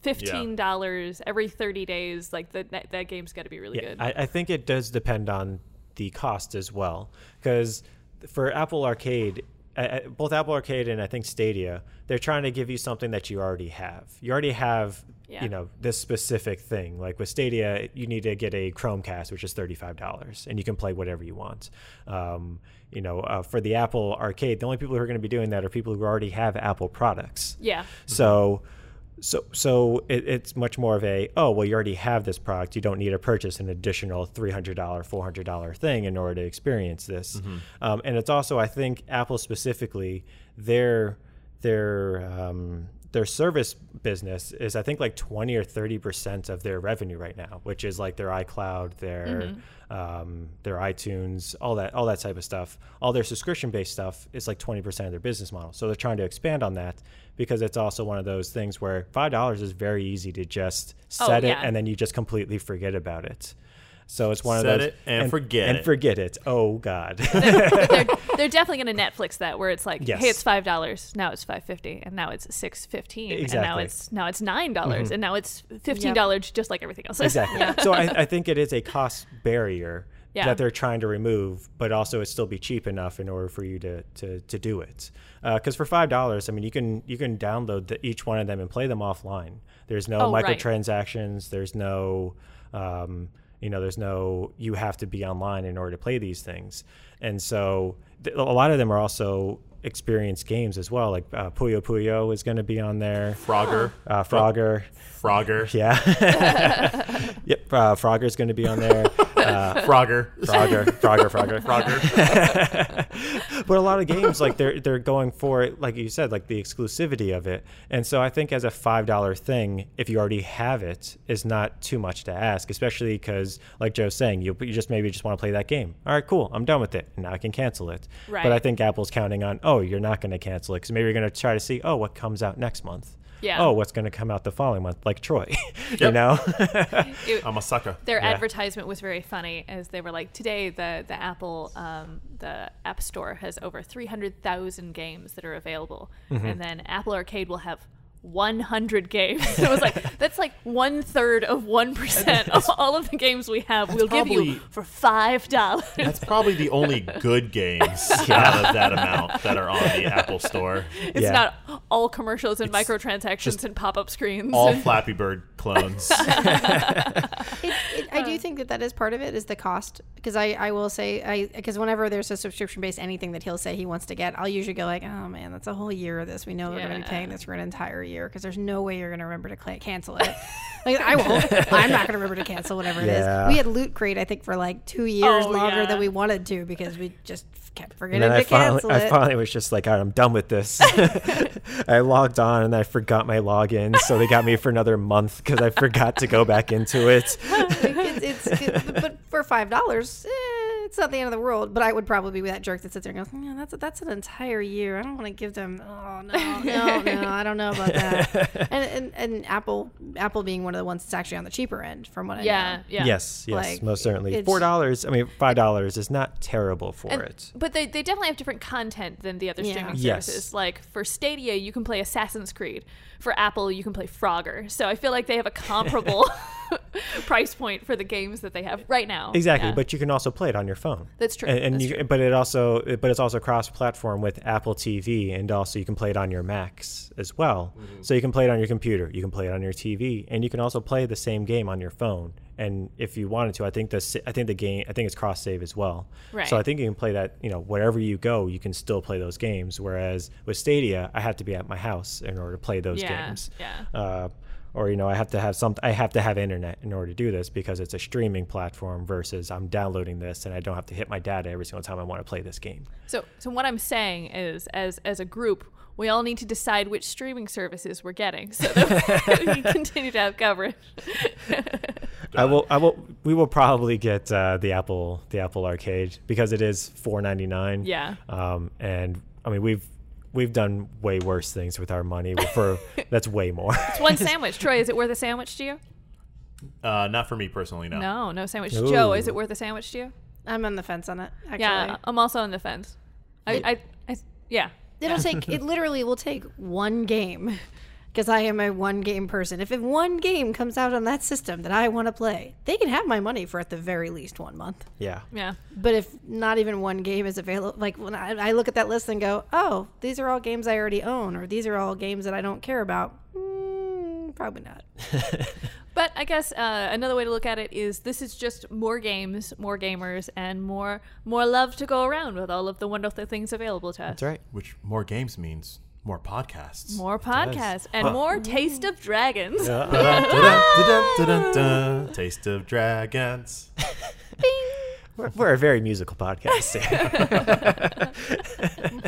D: Fifteen dollars every thirty days, like that. That, that game's got to be really
A: Yeah,
D: good.
A: I, I think it does depend on the cost as well, because for Apple Arcade, uh, uh, both Apple Arcade and I think Stadia, they're trying to give you something that you already have. You already have,
D: Yeah.
A: you know, this specific thing. Like with Stadia, you need to get a Chromecast, which is thirty-five dollars, and you can play whatever you want. Um, you know, uh, for the Apple Arcade, the only people who are going to be doing that are people who already have Apple products.
D: yeah,
A: Mm-hmm. So, so, so it, it's much more of a oh well, you already have this product. You don't need to purchase an additional three hundred dollar, four hundred dollar thing in order to experience this. Um, and it's also, I think, Apple specifically their their um, their service business is I think like twenty or thirty percent of their revenue right now, which is like their iCloud, their
D: Mm-hmm.
A: um, their iTunes, all that all that type of stuff. All their subscription based stuff is like twenty percent of their business model. So they're trying to expand on that because it's also one of those things where five dollars is very easy to just
D: Oh,
A: set
D: yeah.
A: it and then you just completely forget about it. So it's one
B: Set
A: of those
B: it and forget
A: and
B: it.
A: forget it. Oh God.
D: they're, they're definitely going to Netflix that where it's like,
A: Yes.
D: hey, it's five dollars now, it's five fifty, and now it's six fifteen, and now
A: Exactly. Mm-hmm.
D: it's now it's nine dollars, and now it's fifteen dollars, just like everything else.
A: Exactly. So I, I think it is a cost barrier
D: Yeah.
A: that they're trying to remove, but also it still be cheap enough in order for you to to, to do it. Because for five dollars, I mean, you can you can download the, each one of them and play them offline. There's no
D: Oh, right.
A: microtransactions. There's no um, you know, there's no you have to be online in order to play these things. And so th- a lot of them are also experienced games as well. Like uh, Puyo Puyo is going to be on there.
B: Frogger.
A: Uh, Frogger.
B: Frogger.
A: Yeah. yep. Uh, Frogger's going to be on there. Uh,
B: Frogger.
A: Frogger, Frogger, Frogger,
B: Frogger.
A: But a lot of games, like they're they're going for it, like you said, like the exclusivity of it. And so I think as a five dollar thing, if you already have it, is not too much to ask, especially because, like Joe's saying, you you just maybe just want to play that game. All right, cool, I'm done with it. Now I can cancel it.
D: Right.
A: But I think Apple's counting on, oh, you're not going to cancel it because maybe you're going to try to see, oh, what comes out next month.
D: Yeah.
A: Oh, what's going to come out the following month, like Troy, you know?
D: It-
B: I'm a sucker.
D: their
A: Um, Yeah.
D: advertisement was very funny, as they were like, today the the Apple um, the App Store has over three hundred thousand games that are available,
A: Mm-hmm.
D: and then Apple Arcade will have. 100 games. it was like that's like one third of one percent of all of the games we have. We'll give
B: probably-
D: you for five dollars.
B: That's probably the only good games out of that amount that are on the Apple Store.
D: It's
A: Yeah.
D: not all commercials and microtransactions and pop-up screens.
B: All Flappy Bird clones.
C: it, it I
D: Um,
C: do think that that is part of it is the cost because I, I will say I because whenever there's a subscription based anything that he'll say he wants to get I'll usually go like oh man that's a whole year of this we know we're going to be
D: Yeah.
C: paying this for an entire year because there's no way you're going to remember to cla cancel it like I won't I'm not going to remember to cancel whatever it
A: Yeah.
C: is we had Loot Crate I think for like two years
D: Oh,
C: longer
D: yeah.
C: than we wanted to because we just kept
A: And
C: forgetting
A: then
C: to
A: I finally,
C: cancel
A: I
C: it
A: finally was just like, all right, I'm done with this. I logged on and I forgot my login, so they got me for another month because I forgot to go back into it.
C: Like, it's, it's, it- but for five dollars, eh, it's not the end of the world. But I would probably be that jerk that sits there and goes, "Yeah, that's that's an entire year. I don't want to give them. Oh no, no, no, I don't know about that." And, and and Apple Apple being one of the ones that's actually on the cheaper end, from what I
D: yeah,
C: know.
D: yeah.
A: Yes, yes,
C: Like,
A: most certainly.
C: it's-
A: Four dollars, I mean, five dollars is not terrible for
D: And-
A: it.
D: But they, they definitely have different content than the other
C: Yeah.
D: streaming
A: Yes.
D: services. Like for Stadia, you can play Assassin's Creed. For Apple, you can play Frogger. So I feel like they have a comparable price point for the games that they have right now.
A: Exactly,
D: Yeah.
A: but you can also play it on your phone.
D: That's true,
A: And, and
D: that's
A: you, but it also, but it's also cross-platform with Apple TV, and also you can play it on your Macs as well. So you can play it on your computer, you can play it on your TV, and you can also play the same game on your phone. And if you wanted to, I think the si- I think the game I think it's cross-save as well.
D: Right.
A: So I think you can play that. You know, wherever you go, you can still play those games. Whereas with Stadia, I have to be at my house in order to play those
D: Yeah,
A: games.
D: yeah.
A: Uh, or you know, I have to have some. I have to have internet in order to do this because it's a streaming platform versus I'm downloading this and I don't have to hit my data every single time I want to play this game.
D: So, so what I'm saying is, as as a group, we all need to decide which streaming services we're getting so that we continue to have coverage.
A: I will. I will. We will probably get uh, the Apple the Apple Arcade because it is four ninety nine.
D: Yeah.
A: Um, and I mean we've we've done way worse things with our money for that's way more.
D: It's one sandwich. Troy, is it worth a sandwich to you?
B: Uh, not for me personally, no.
D: No, no sandwich. Joe, is it
A: Ooh.
D: worth a sandwich to you?
C: I'm on the fence on it. Actually,
D: Yeah, I'm also on the fence. I, I, I yeah.
C: it'll take it literally will take one game. Because I am a one game person. If, if one game comes out on that system that I want to play, they can have my money for at the very least one month.
A: yeah.
D: Yeah.
C: But if not even one game is available, like when I, I look at that list and go, oh, these are all games I already own, or these are all games that I don't care about, mm, probably not.
D: But I guess uh, another way to look at it is this is just more games, more gamers, and more more love to go around with all of the wonderful things available to us.
A: That's right.
B: Which more games means more podcasts.
D: More podcasts and more Taste of Dragons.
A: Uh,
B: Dun, dun, dun, dun, dun, dun, dun. Taste of Dragons.
A: We're, we're a very musical podcast.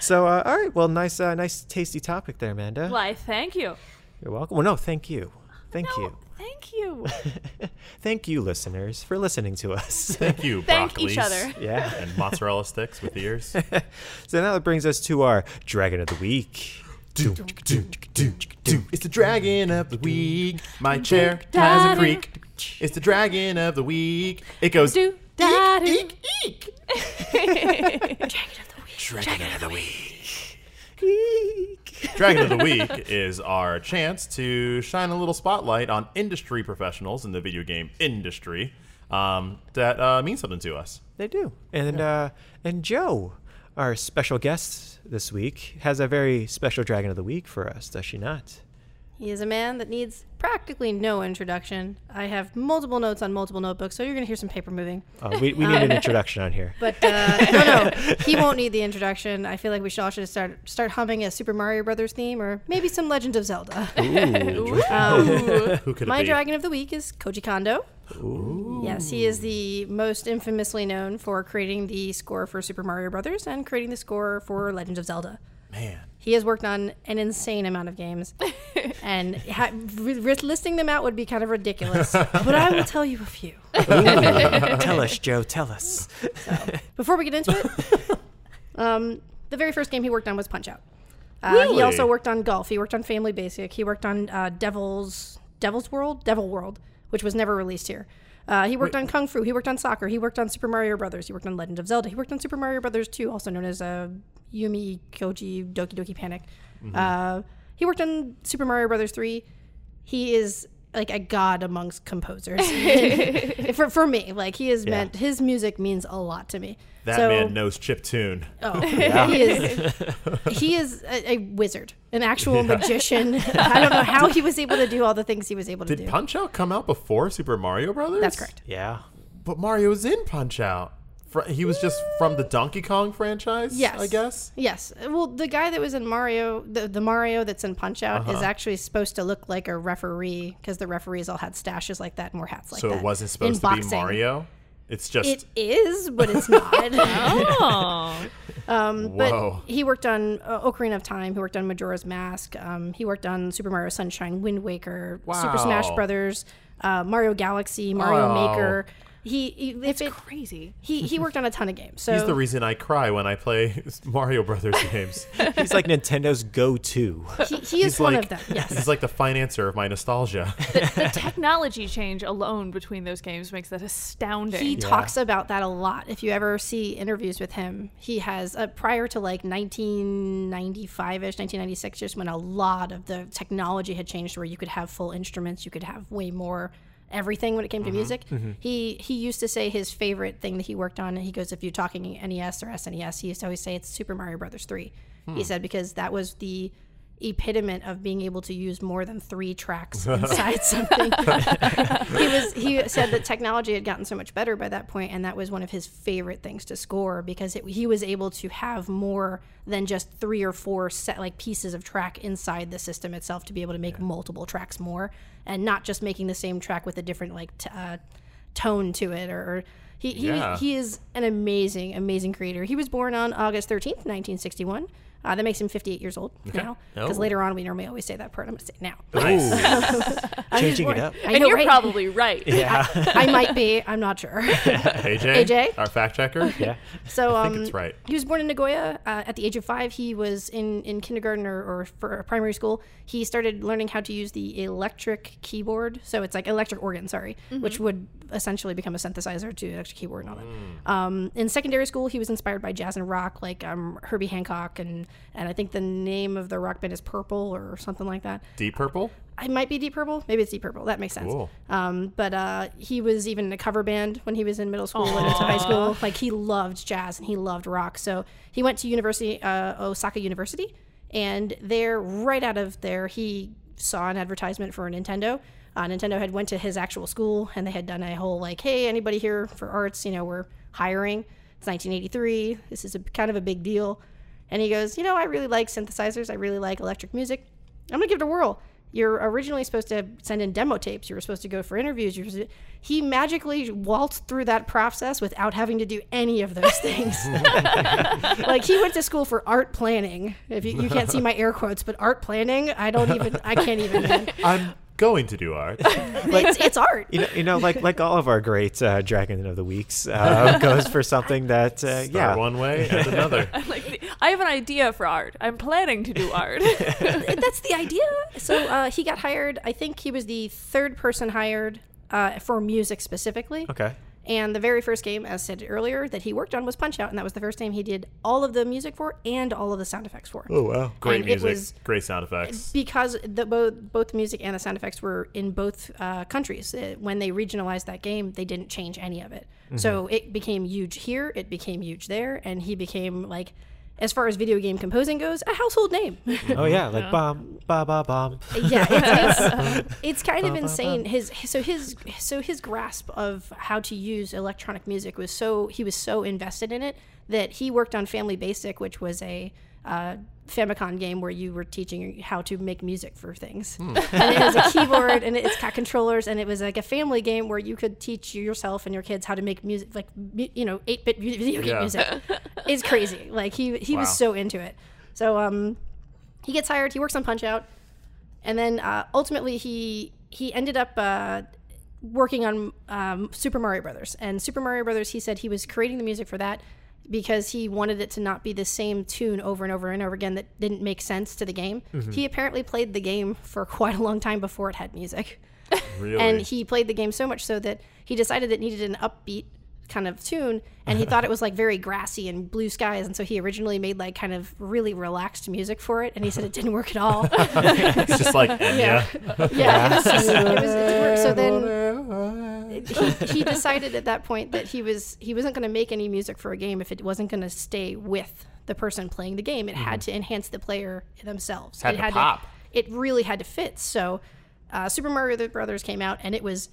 A: so uh, all right. Well, nice uh, nice tasty topic there, Amanda.
D: Why, thank you.
A: You're welcome. Well, no, thank you. Thank
D: No,
A: you.
D: Thank you.
A: Thank you, listeners, for listening to us.
B: Thank you,
D: Thank
B: broccolis
D: each other.
A: yeah.
B: And mozzarella sticks with ears.
A: So now that brings us to our Dragon of the Week.
B: Doom, doom, doom, doom. It's the dragon of the week. My chair has a creak. It's the dragon of the week. It goes
D: Do, da, do.
B: eek eek. Dragon of the week. Dragon of the week is our chance to shine a little spotlight on industry professionals in the video game industry um, that uh, means something to us.
A: They do. And uh, and Joe, our special guest this week, has a very special Dragon of the Week for us, does she not?
C: He is a man that needs practically no introduction. I have multiple notes on multiple notebooks, so you're going to hear some paper moving.
A: Uh, we, we need an introduction on here.
C: But uh, no, no, he won't need the introduction. I feel like we should all should start start humming a Super Mario Brothers theme, or maybe some Legend of Zelda. Um,
B: Who could it
C: My
B: be?
C: dragon of the week is Koji Kondo. Yes, he is the most infamously known for creating the score for Super Mario Brothers and creating the score for Legend of Zelda.
B: Man.
C: He has worked on an insane amount of games, and ha- r- r- listing them out would be kind of ridiculous. but I will tell you a few.
A: tell us, Joe, tell us.
C: Before we get into it, um, the very first game he worked on was Punch Out. Uh, He
B: Really?
C: also worked on golf. He worked on Family Basic. He worked on uh, Devil's Devil's World, Devil World, which was never released here. Uh, he worked on Kung Fu. He worked on soccer. He worked on Super Mario Brothers. He worked on Legend of Zelda. He worked on Super Mario Brothers 2, also known as uh, Yumi Koji Doki Doki Panic. Uh, he worked on Super Mario Brothers 3. He is like a god amongst composers for for me. Like he is meant his music means a lot to me.
B: That
C: so,
B: man knows chip tune.
C: Oh, he is he is a, a wizard, an actual magician. I don't know how he was able to do all the things he was able to
B: Did
C: do.
B: Punch Out come out before Super Mario Brothers?
C: That's correct.
A: Yeah.
B: But Mario was in Punch Out. Fr- He was just from the Donkey Kong franchise,
C: Yes,
B: I guess.
C: Yes. Well, the guy that was in Mario, the, the Mario that's in Punch Out,
B: Uh-huh.
C: is actually supposed to look like a referee because the referees all had stashes like that and wore hats like
B: so
C: that.
B: it wasn't
C: In
B: supposed to be
C: boxing.
B: Mario. It's just
C: It is, but it's not.
D: Oh,
C: but
B: whoa.
C: he worked on uh, Ocarina of Time. He worked on Majora's Mask. Um, he worked on Super Mario Sunshine, Wind Waker, Super Smash
B: Wow.
C: Brothers, uh, Mario Galaxy, Mario
B: Wow.
C: Maker. He, he if it,
D: crazy.
C: he he worked on a ton of games. So
B: He's the reason I cry when I play Mario Brothers games.
A: He's like Nintendo's go-to.
C: he, he is
B: He's
C: one
B: like,
C: of them. Yes.
B: He's like the financer of my nostalgia.
D: The technology change alone between those games makes that astounding.
C: He talks about that a lot. If you ever see interviews with him, he has uh, prior to like 1995 ish, 1996, just when a lot of the technology had changed, where you could have full instruments, you could have way more everything when it came to music. He he used to say his favorite thing that he worked on. And he goes, if you're talking NES or SNES, he used to always say it's Super Mario Brothers three. He said because that was the epitome of being able to use more than three tracks inside something he was he said that technology had gotten so much better by that point and that was one of his favorite things to score because it, he was able to have more than just three or four set like pieces of track inside the system itself to be able to make multiple tracks more and not just making the same track with a different like t- uh, tone to it or, or he, he,
B: Yeah.
C: he is an amazing amazing creator he was born on august 13th 1961 uh, that makes him 58 years old now because
B: Oh.
C: later on we normally always say that part i'm going to say it now
B: Nice.
C: I was
A: Changing it
C: born-
A: up.
C: I
D: and
C: know,
D: you're
C: right?
D: probably right.
C: I might be. I'm not sure.
B: AJ,
C: AJ?
B: our fact checker.
A: Yeah.
C: So
B: I
C: um,
B: think it's right.
C: he was born in Nagoya. Uh, at the age of five, he was in, in kindergarten or, or for primary school. He started learning how to use the electric keyboard. So it's like electric organ, sorry, which would essentially become a synthesizer to electric keyboard and all that.
B: Mm.
C: Um, in secondary school, he was inspired by jazz and rock, like um, Herbie Hancock, and and I think the name of the rock band is Purple or something like that.
B: Deep Purple.
C: It might be Deep Purple. Maybe it's Deep Purple. That makes sense.
B: Cool.
C: Um, but uh, he was even in a cover band when he was in middle school and into high school. Like he loved jazz and he loved rock. So he went to university, uh, Osaka University, and there, right out of there, he saw an advertisement for a Nintendo. Uh, Nintendo had went to his actual school and they had done a whole like, hey, anybody here for arts? You know, we're hiring. It's 1983. This is a kind of a big deal. And he goes, you know, I really like synthesizers. I really like electric music. I'm gonna give it a whirl. You're originally supposed to send in demo tapes. You were supposed to go for interviews. You were, he magically waltzed through that process without having to do any of those things. like he went to school for art planning. If you, you can't see my air quotes, but art planning, I don't even. I can't even.
B: I'm going to do art.
C: it's, it's art.
A: You know, you know, like like all of our great uh, Dragon of the Weeks uh, goes for something that uh,
B: Start
A: yeah
B: one way and another.
D: Like, I have an idea for art. I'm planning to do art.
C: that's the idea. So uh, he got hired. I think he was the third person hired uh, for music specifically.
A: okay
C: And the very first game, as said earlier, that he worked on was Punch Out, and that was the first game he did all of the music for and all of the sound effects for.
B: Oh wow! Great
C: And it
B: music,
C: was-
B: great sound effects.
C: Because the, both both the music and the sound effects were in both uh, countries. Uh, when they regionalized that game, they didn't change any of it. So it became huge here, it became huge there, and he became like, as far as video game composing goes, a household name.
A: oh yeah like bomb ba ba bomb
C: yeah it's, it's, it's kind of insane his so his so his grasp of how to use electronic music was so he was so invested in it that he worked on family basic which was a uh, famicom game where you were teaching how to make music for things and it has a keyboard and it's got controllers and it was like a family game where you could teach yourself and your kids how to make music like mu- you know 8-bit mu- video game
B: Yeah.
C: music it's crazy like he he
B: Wow.
C: was so into it so um he gets hired he works on punch out and then uh, ultimately he he ended up uh, working on um, Super Mario Brothers. And Super Mario Brothers, he said he was creating the music for that because he wanted it to not be the same tune over and over and over again that didn't make sense to the game. He apparently played the game for quite a long time before it had music.
B: Really,
C: And he played the game so much so that he decided it needed an upbeat kind of tune and he thought it was like very grassy and blue skies and so he originally made like kind of really relaxed music for it and he said it didn't work at all
B: It's just like
C: Yeah.
B: Enya.
C: yeah it was, it was, it worked. so then he, he decided at that point that he was he wasn't going to make any music for a game if it wasn't going to stay with the person playing the game. It had to enhance the player themselves.
B: Mm-hmm. Had
C: it
B: to pop.
C: it really had to fit. So, uh, Super Mario Brothers came out and it was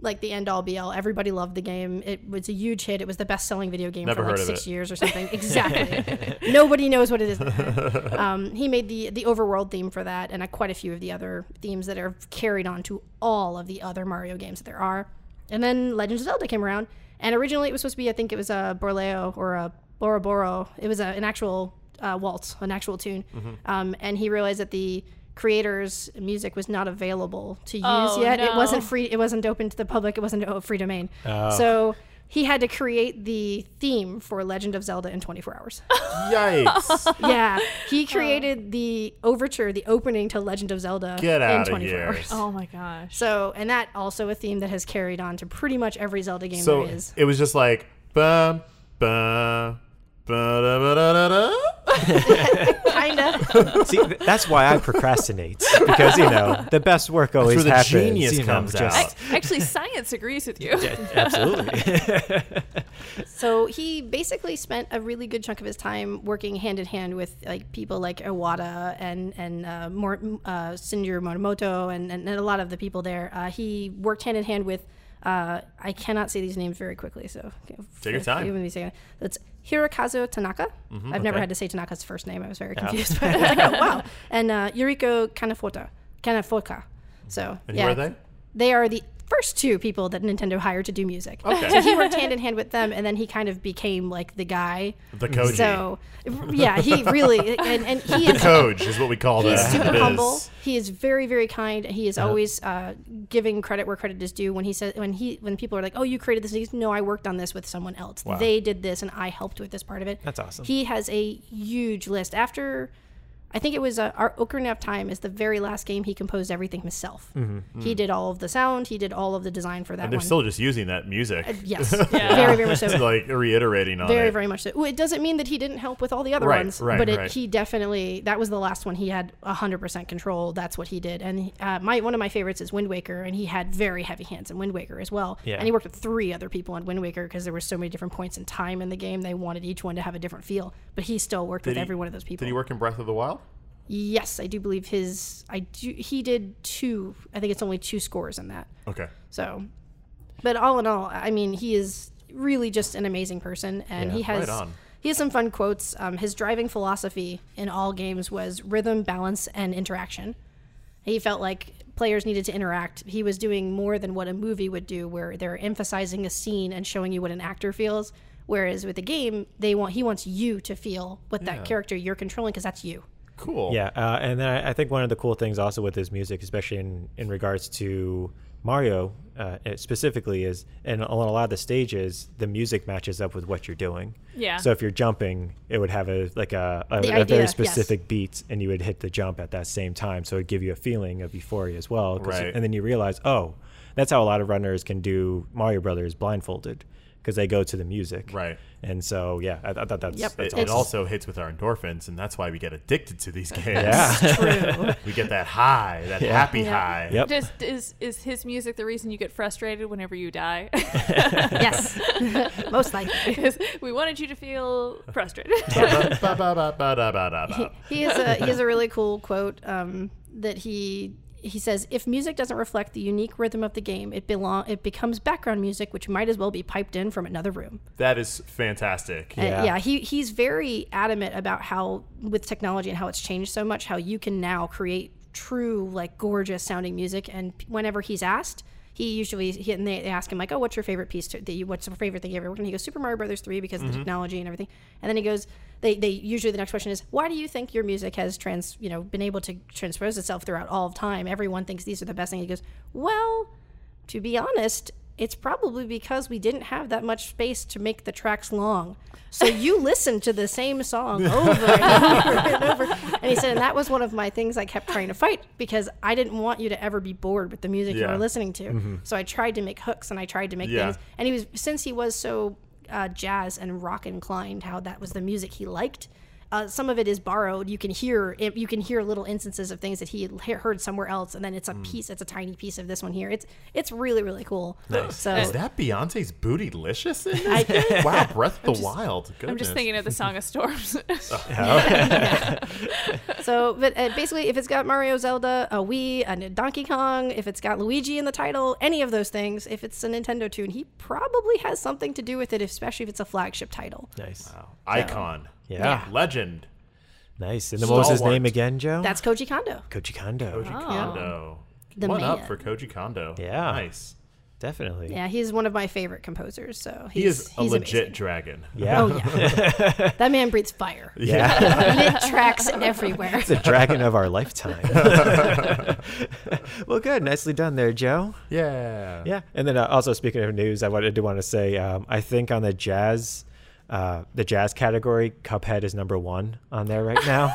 C: like the end all be all. Everybody loved the game. It was a huge hit. It was the best selling video game
B: Never
C: for like
B: heard of
C: six
B: it.
C: years or something. Exactly. Nobody knows what it is. Um, he made the the overworld theme for that and uh, quite a few of the other themes that are carried on to all of the other Mario games that there are. And then Legends of Zelda came around, and originally it was supposed to be I think it was a Borleo or a Bora Boro. It was a, an actual uh, waltz, an actual tune. Um, and he realized that the creators' music was not available to use
D: Oh,
C: yet. It
D: no.
C: wasn't free. It wasn't open to the public. It wasn't a free domain. So he had to create the theme for Legend of Zelda in 24 hours.
B: Yikes.
C: yeah, he created the overture, the opening to Legend of Zelda
B: Get
C: in
B: out of
C: 24
B: here.
C: hours.
D: Oh my gosh.
C: So, and that also a theme that has carried on to pretty much every Zelda game
B: So
C: there is.
B: it was just like bum bum ba-da-ba-da-da-da.
C: Kinda.
A: See, th- that's why I procrastinate because you know the best work always
B: where the
A: happens.
B: genius
A: you know,
B: comes
A: just-
B: out.
D: Actually, science agrees with you.
A: Absolutely.
C: so he basically spent a really good chunk of his time working hand in hand with like people like Iwata and and uh, Mor- uh, Shinjiro Motomoto and, and and a lot of the people there. Uh, he worked hand in hand with. Uh, I cannot say these names very quickly, so
B: Take your time. Mm-hmm,
C: Give me a second. That's Hirokazu Tanaka. I've never
B: okay.
C: had to say Tanaka's first name. I was very confused. But I was like, oh, wow. And uh, Yuriko Kanafota. Kanafoka. So
B: And
C: yeah,
B: who are they?
C: they are the first two people that Nintendo hired to do music.
B: Okay.
C: So he worked hand in hand with them, and then he kind of became like the guy.
B: The Koji.
C: So, yeah, he really and, and he is
B: Coach is what we call
C: he
B: that.
C: is super
B: It is. Uh-huh.
C: humble. He is very, very kind. He is always uh, giving credit where credit is due. When he says, when he, when people are like, "Oh, you created this," and he's, "No, I worked on this with someone else.
B: Wow.
C: They did this, and I helped with this part of it."
A: That's awesome.
C: He has a huge list. After, I think it was uh, our Ocarina of Time is the very last game he composed everything himself. He did all of the sound. He did all of the design for that
B: Mm-hmm. They're
C: one. Uh,
B: still just using that music.
C: yes, very, very much so.
B: It's like reiterating on
C: Very,
B: it.
C: very much so. Well, It doesn't mean that he didn't help with all the other
B: Right,
C: ones,
B: right,
C: but it,
B: right.
C: he definitely that was the last one he had 100% control. That's what he did. And uh, my one of my favorites is Wind Waker, and he had very heavy hands in Wind Waker as well.
A: Yeah.
C: And he worked with three other people on Wind Waker because there were so many different points in time in the game. They wanted each one to have a different feel, but he still worked with
B: he-
C: every one of those people.
B: Did he work in Breath of the Wild?
C: Yes, I do believe his. I do. He did two. I think it's only two scores in that.
B: Okay.
C: So, but all in all, I mean, he is really just an amazing person, and he has
B: right on.
C: he has some fun quotes. Um, his driving philosophy in all games was rhythm, balance, and interaction. He felt like players needed to interact. He was doing more than what a movie would do, where they're emphasizing a scene and showing you what an actor feels. Whereas with a game, they want he wants you to feel what that character you're controlling because that's you.
B: Cool.
A: Yeah, uh, and then I, I think one of the cool things also with his music, especially in, in regards to Mario uh, it specifically, is and on a lot of the stages, the music matches up with what you're doing.
D: Yeah.
A: So if you're jumping, it would have a like a, a,
C: The
A: a
C: idea,
A: very
C: yes.
A: specific beat, and you would hit the jump at that same time. So it'd give you a feeling of euphoria as well. 'cause-
B: Right.
A: And then you realize, oh, that's how a lot of runners can do Mario Brothers blindfolded because they go to the music.
B: Right.
A: And so yeah, I, I thought that's
C: Yep.
A: that's
B: It,
A: awesome.
B: it also hits with our endorphins, and that's why we get addicted to these games.
A: yeah.
B: We get that high, that happy high.
A: Yep.
D: Just is is his music the reason you get frustrated whenever you die?
C: yes, most likely.
D: 'Cause we wanted you to feel frustrated.
B: Ba-ba-ba-ba-ba-ba-ba-ba.
C: he has a he has a really cool quote um, that he he says if music doesn't reflect the unique rhythm of the game it belong it becomes background music which might as well be piped in from another room
B: that is fantastic.
C: And
A: Yeah.
C: yeah he he's very adamant about how with technology and how it's changed so much how you can now create true like gorgeous sounding music and p- whenever he's asked he usually he, and they they ask him like oh what's your favorite piece to, that you what's your favorite thing you ever worked on he goes Super Mario Brothers 3 because of the technology and everything and then he goes they, they usually the next question is why do you think your music has trans you know been able to transpose itself throughout all of time everyone thinks these are the best thing he goes well to be honest, it's probably because we didn't have that much space to make the tracks long. So you listen to the same song over and over and over. And he said, and that was one of my things I kept trying to fight because I didn't want you to ever be bored with the music you
B: Yeah.
C: were listening to. So I tried to make hooks and I tried to make
B: Mm-hmm. Yeah.
C: things. And he was, since he was so uh, jazz and rock inclined, how that was the music he liked. Uh, some of it is borrowed. You can hear it, you can hear little instances of things that he had he- heard somewhere else, and then it's a
B: Mm.
C: piece. It's a tiny piece of this one here. It's it's really really cool. So
B: Is that Beyonce's bootylicious in
C: I-
B: this? game? wow, Breath of the Wild.
D: I'm just
B: Goodness.
D: thinking of the Song of Storms.
C: So, but uh, basically, if it's got Mario, Zelda, a Wii, a Donkey Kong, if it's got Luigi in the title, any of those things, if it's a Nintendo tune, he probably has something to do with it, especially if it's a flagship title.
A: Nice.
B: Wow. Icon.
A: Yeah.
B: Legend.
A: Nice. And then what was his
B: Stalwart.
A: name again, Joe?
C: That's Koji Kondo.
A: Koji Kondo.
B: Koji
D: Oh.
B: Kondo.
C: The
B: One up
C: man.
B: for Koji Kondo.
A: Yeah.
B: Nice.
A: Definitely.
C: Yeah, he's one of my favorite composers. So he's,
B: He is a
C: he's
B: legit
C: amazing.
B: dragon.
A: Yeah.
C: Oh yeah, that man breathes fire.
A: yeah.
C: Lit tracks everywhere.
A: the dragon of our lifetime. well, good. Nicely done there, Joe.
B: Yeah.
A: Yeah. And then uh, also speaking of news, I wanted to want to say um, I think on the jazz, uh, the jazz category, Cuphead is number one on there right now.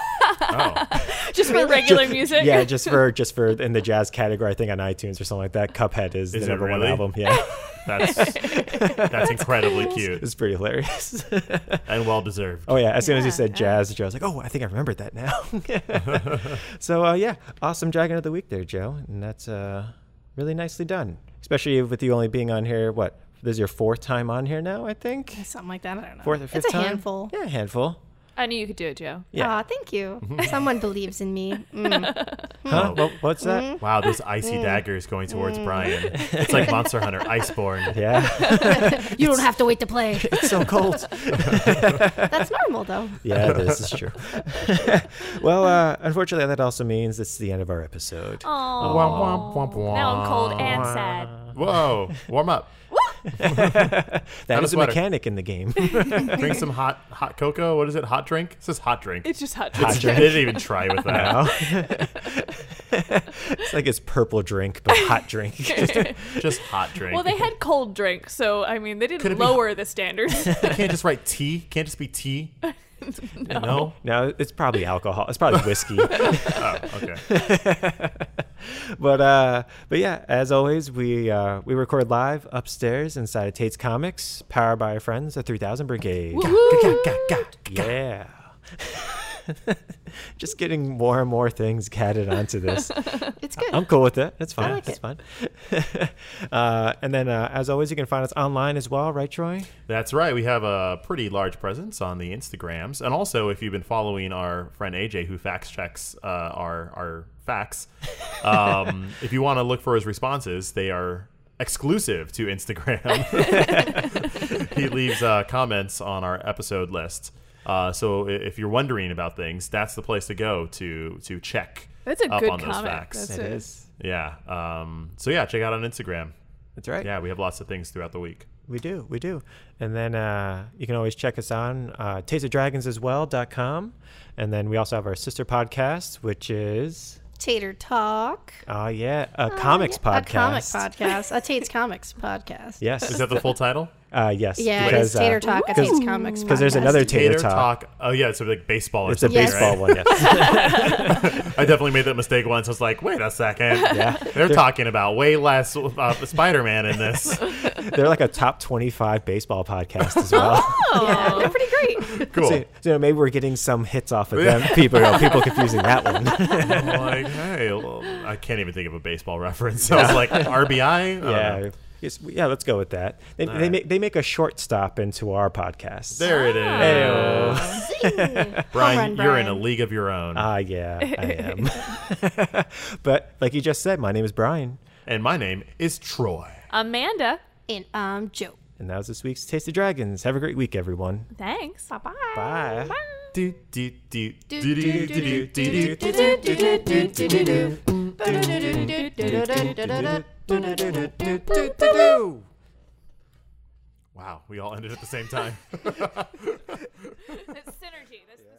B: Oh.
D: just for regular
A: Ju-
D: music.
A: Yeah, just for just for in the jazz category, I think on iTunes or something like that. Cuphead is, the
B: Is it
A: number one
B: really?
A: album. Yeah,
B: That's that's incredibly cute
A: it's pretty hilarious.
B: and well deserved.
A: Oh yeah, as soon as you
D: Yeah,
A: said
D: yeah.
A: jazz, Joe was like, "Oh, I think I remembered that now." so uh, yeah, awesome dragon of the week there, Joe, and that's uh, really nicely done. Especially with you only being on here, what this is your fourth time on here now, I think.
C: Something like that. I don't know.
A: Fourth or fifth
C: it's a
A: time?
C: handful.
A: Yeah, handful.
D: I knew you could do it, Joe.
A: Yeah.
C: Aw, thank you. Someone believes in me. Mm.
A: Huh? What, what's
C: Mm-hmm.
A: that?
B: Wow, this icy dagger is going towards Brian. It's like Monster Hunter, Iceborne.
A: Yeah,
C: You don't have to wait to play.
A: it's so cold.
C: That's normal though.
A: Yeah, this is true. well, uh, unfortunately, that also means it's the end of our episode.
D: Oh,
B: Womp, womp, womp, womp.
D: now I'm cold and sad.
B: Whoa, warm up.
A: that
B: a
A: is a
B: sweater.
A: mechanic in the game.
B: Drink some hot hot cocoa. What is it? Hot drink? It says hot drink.
D: It's just hot.
B: It's- They didn't even try with that.
A: it's like it's purple drink, but hot drink.
B: Just hot drink.
D: Well, they had cold drink, so I mean, they
B: Could it
D: didn't
B: be-
D: lower the standards.
B: You can't just write tea. Can't just be tea. no.
A: No, it's probably alcohol. It's probably whiskey.
B: Oh, okay.
A: but uh, but yeah, as always, we uh, we record live upstairs inside of Tate's Comics, powered by our friends, the Three Thousand Brigade. Yeah. Just getting more and more things added onto this.
C: It's good.
A: I'm cool with it. That's fine.
C: I like
A: That's
C: it.
A: fine. uh, and then, uh, as always, you can find us online as well, right, Troy?
B: That's right. We have a pretty large presence on the Instagrams, and also if you've been following our friend AJ, who fact checks uh, our our facts, um, if you want to look for his responses, they are exclusive to Instagram. he leaves uh, comments on our episode list. Uh, so i- if you're wondering about things, that's the place to go to to check
D: That's a
B: up
D: good
B: on those
D: comment.
B: facts.
D: That's- It is.
B: yeah. Um, so yeah, check out on Instagram.
A: That's right.
B: Yeah, we have lots of things throughout the week.
A: We do, we do. And then uh, you can always check us on uh, tasteofdragonsaswell.com. And then we also have our sister podcast, which is,
C: Tater Talk.
A: oh yeah, a comics podcast.
C: Yeah, A comic podcast. A Tate's Comics podcast.
A: Yes.
B: Is that the full title?
A: uh, yes.
C: Yeah,
A: because,
C: it is Tater
A: uh,
C: Talk, a Tate's Comics podcast.
A: Because there's another Tater,
B: Tater
A: Talk.
B: talk. Oh yeah, so like baseball or
A: It's a
B: something.
C: Yes.
A: baseball one,
B: right?
A: yes.
B: I definitely made that mistake once. I was like, wait a second.
A: Yeah.
B: They're talking about way less uh, Spider-Man in this.
A: They're like a top 25 baseball podcast
C: Oh,
A: as well.
C: Yeah, they're pretty great.
B: Cool.
A: So, so maybe we're getting some hits off of them. People, people confusing that one.
B: I'm like, hey, well, I can't even think of a baseball reference. So I was like, RBI. I don't know.
A: yeah. Yes, yeah, let's go with that. They, they,
B: right.
A: make, they make a shortstop into our podcast.
B: There it is. Brian,
C: Home run,
B: you're in a
C: Brian.
B: league of your own.
A: Ah, yeah, I am. but like you just said, my name is Brian,
B: and my name is Troy.
D: Amanda,
C: and um, Joe.
A: and that was this week's Taste of Dragons. Have a great week, everyone.
D: thanks.
C: Bye-bye.
A: Bye.
B: Do, do, do, do, do, do, do, do, do, do.
C: Bye.
B: Wow, we all ended at the same time.
D: That's synergy. That's the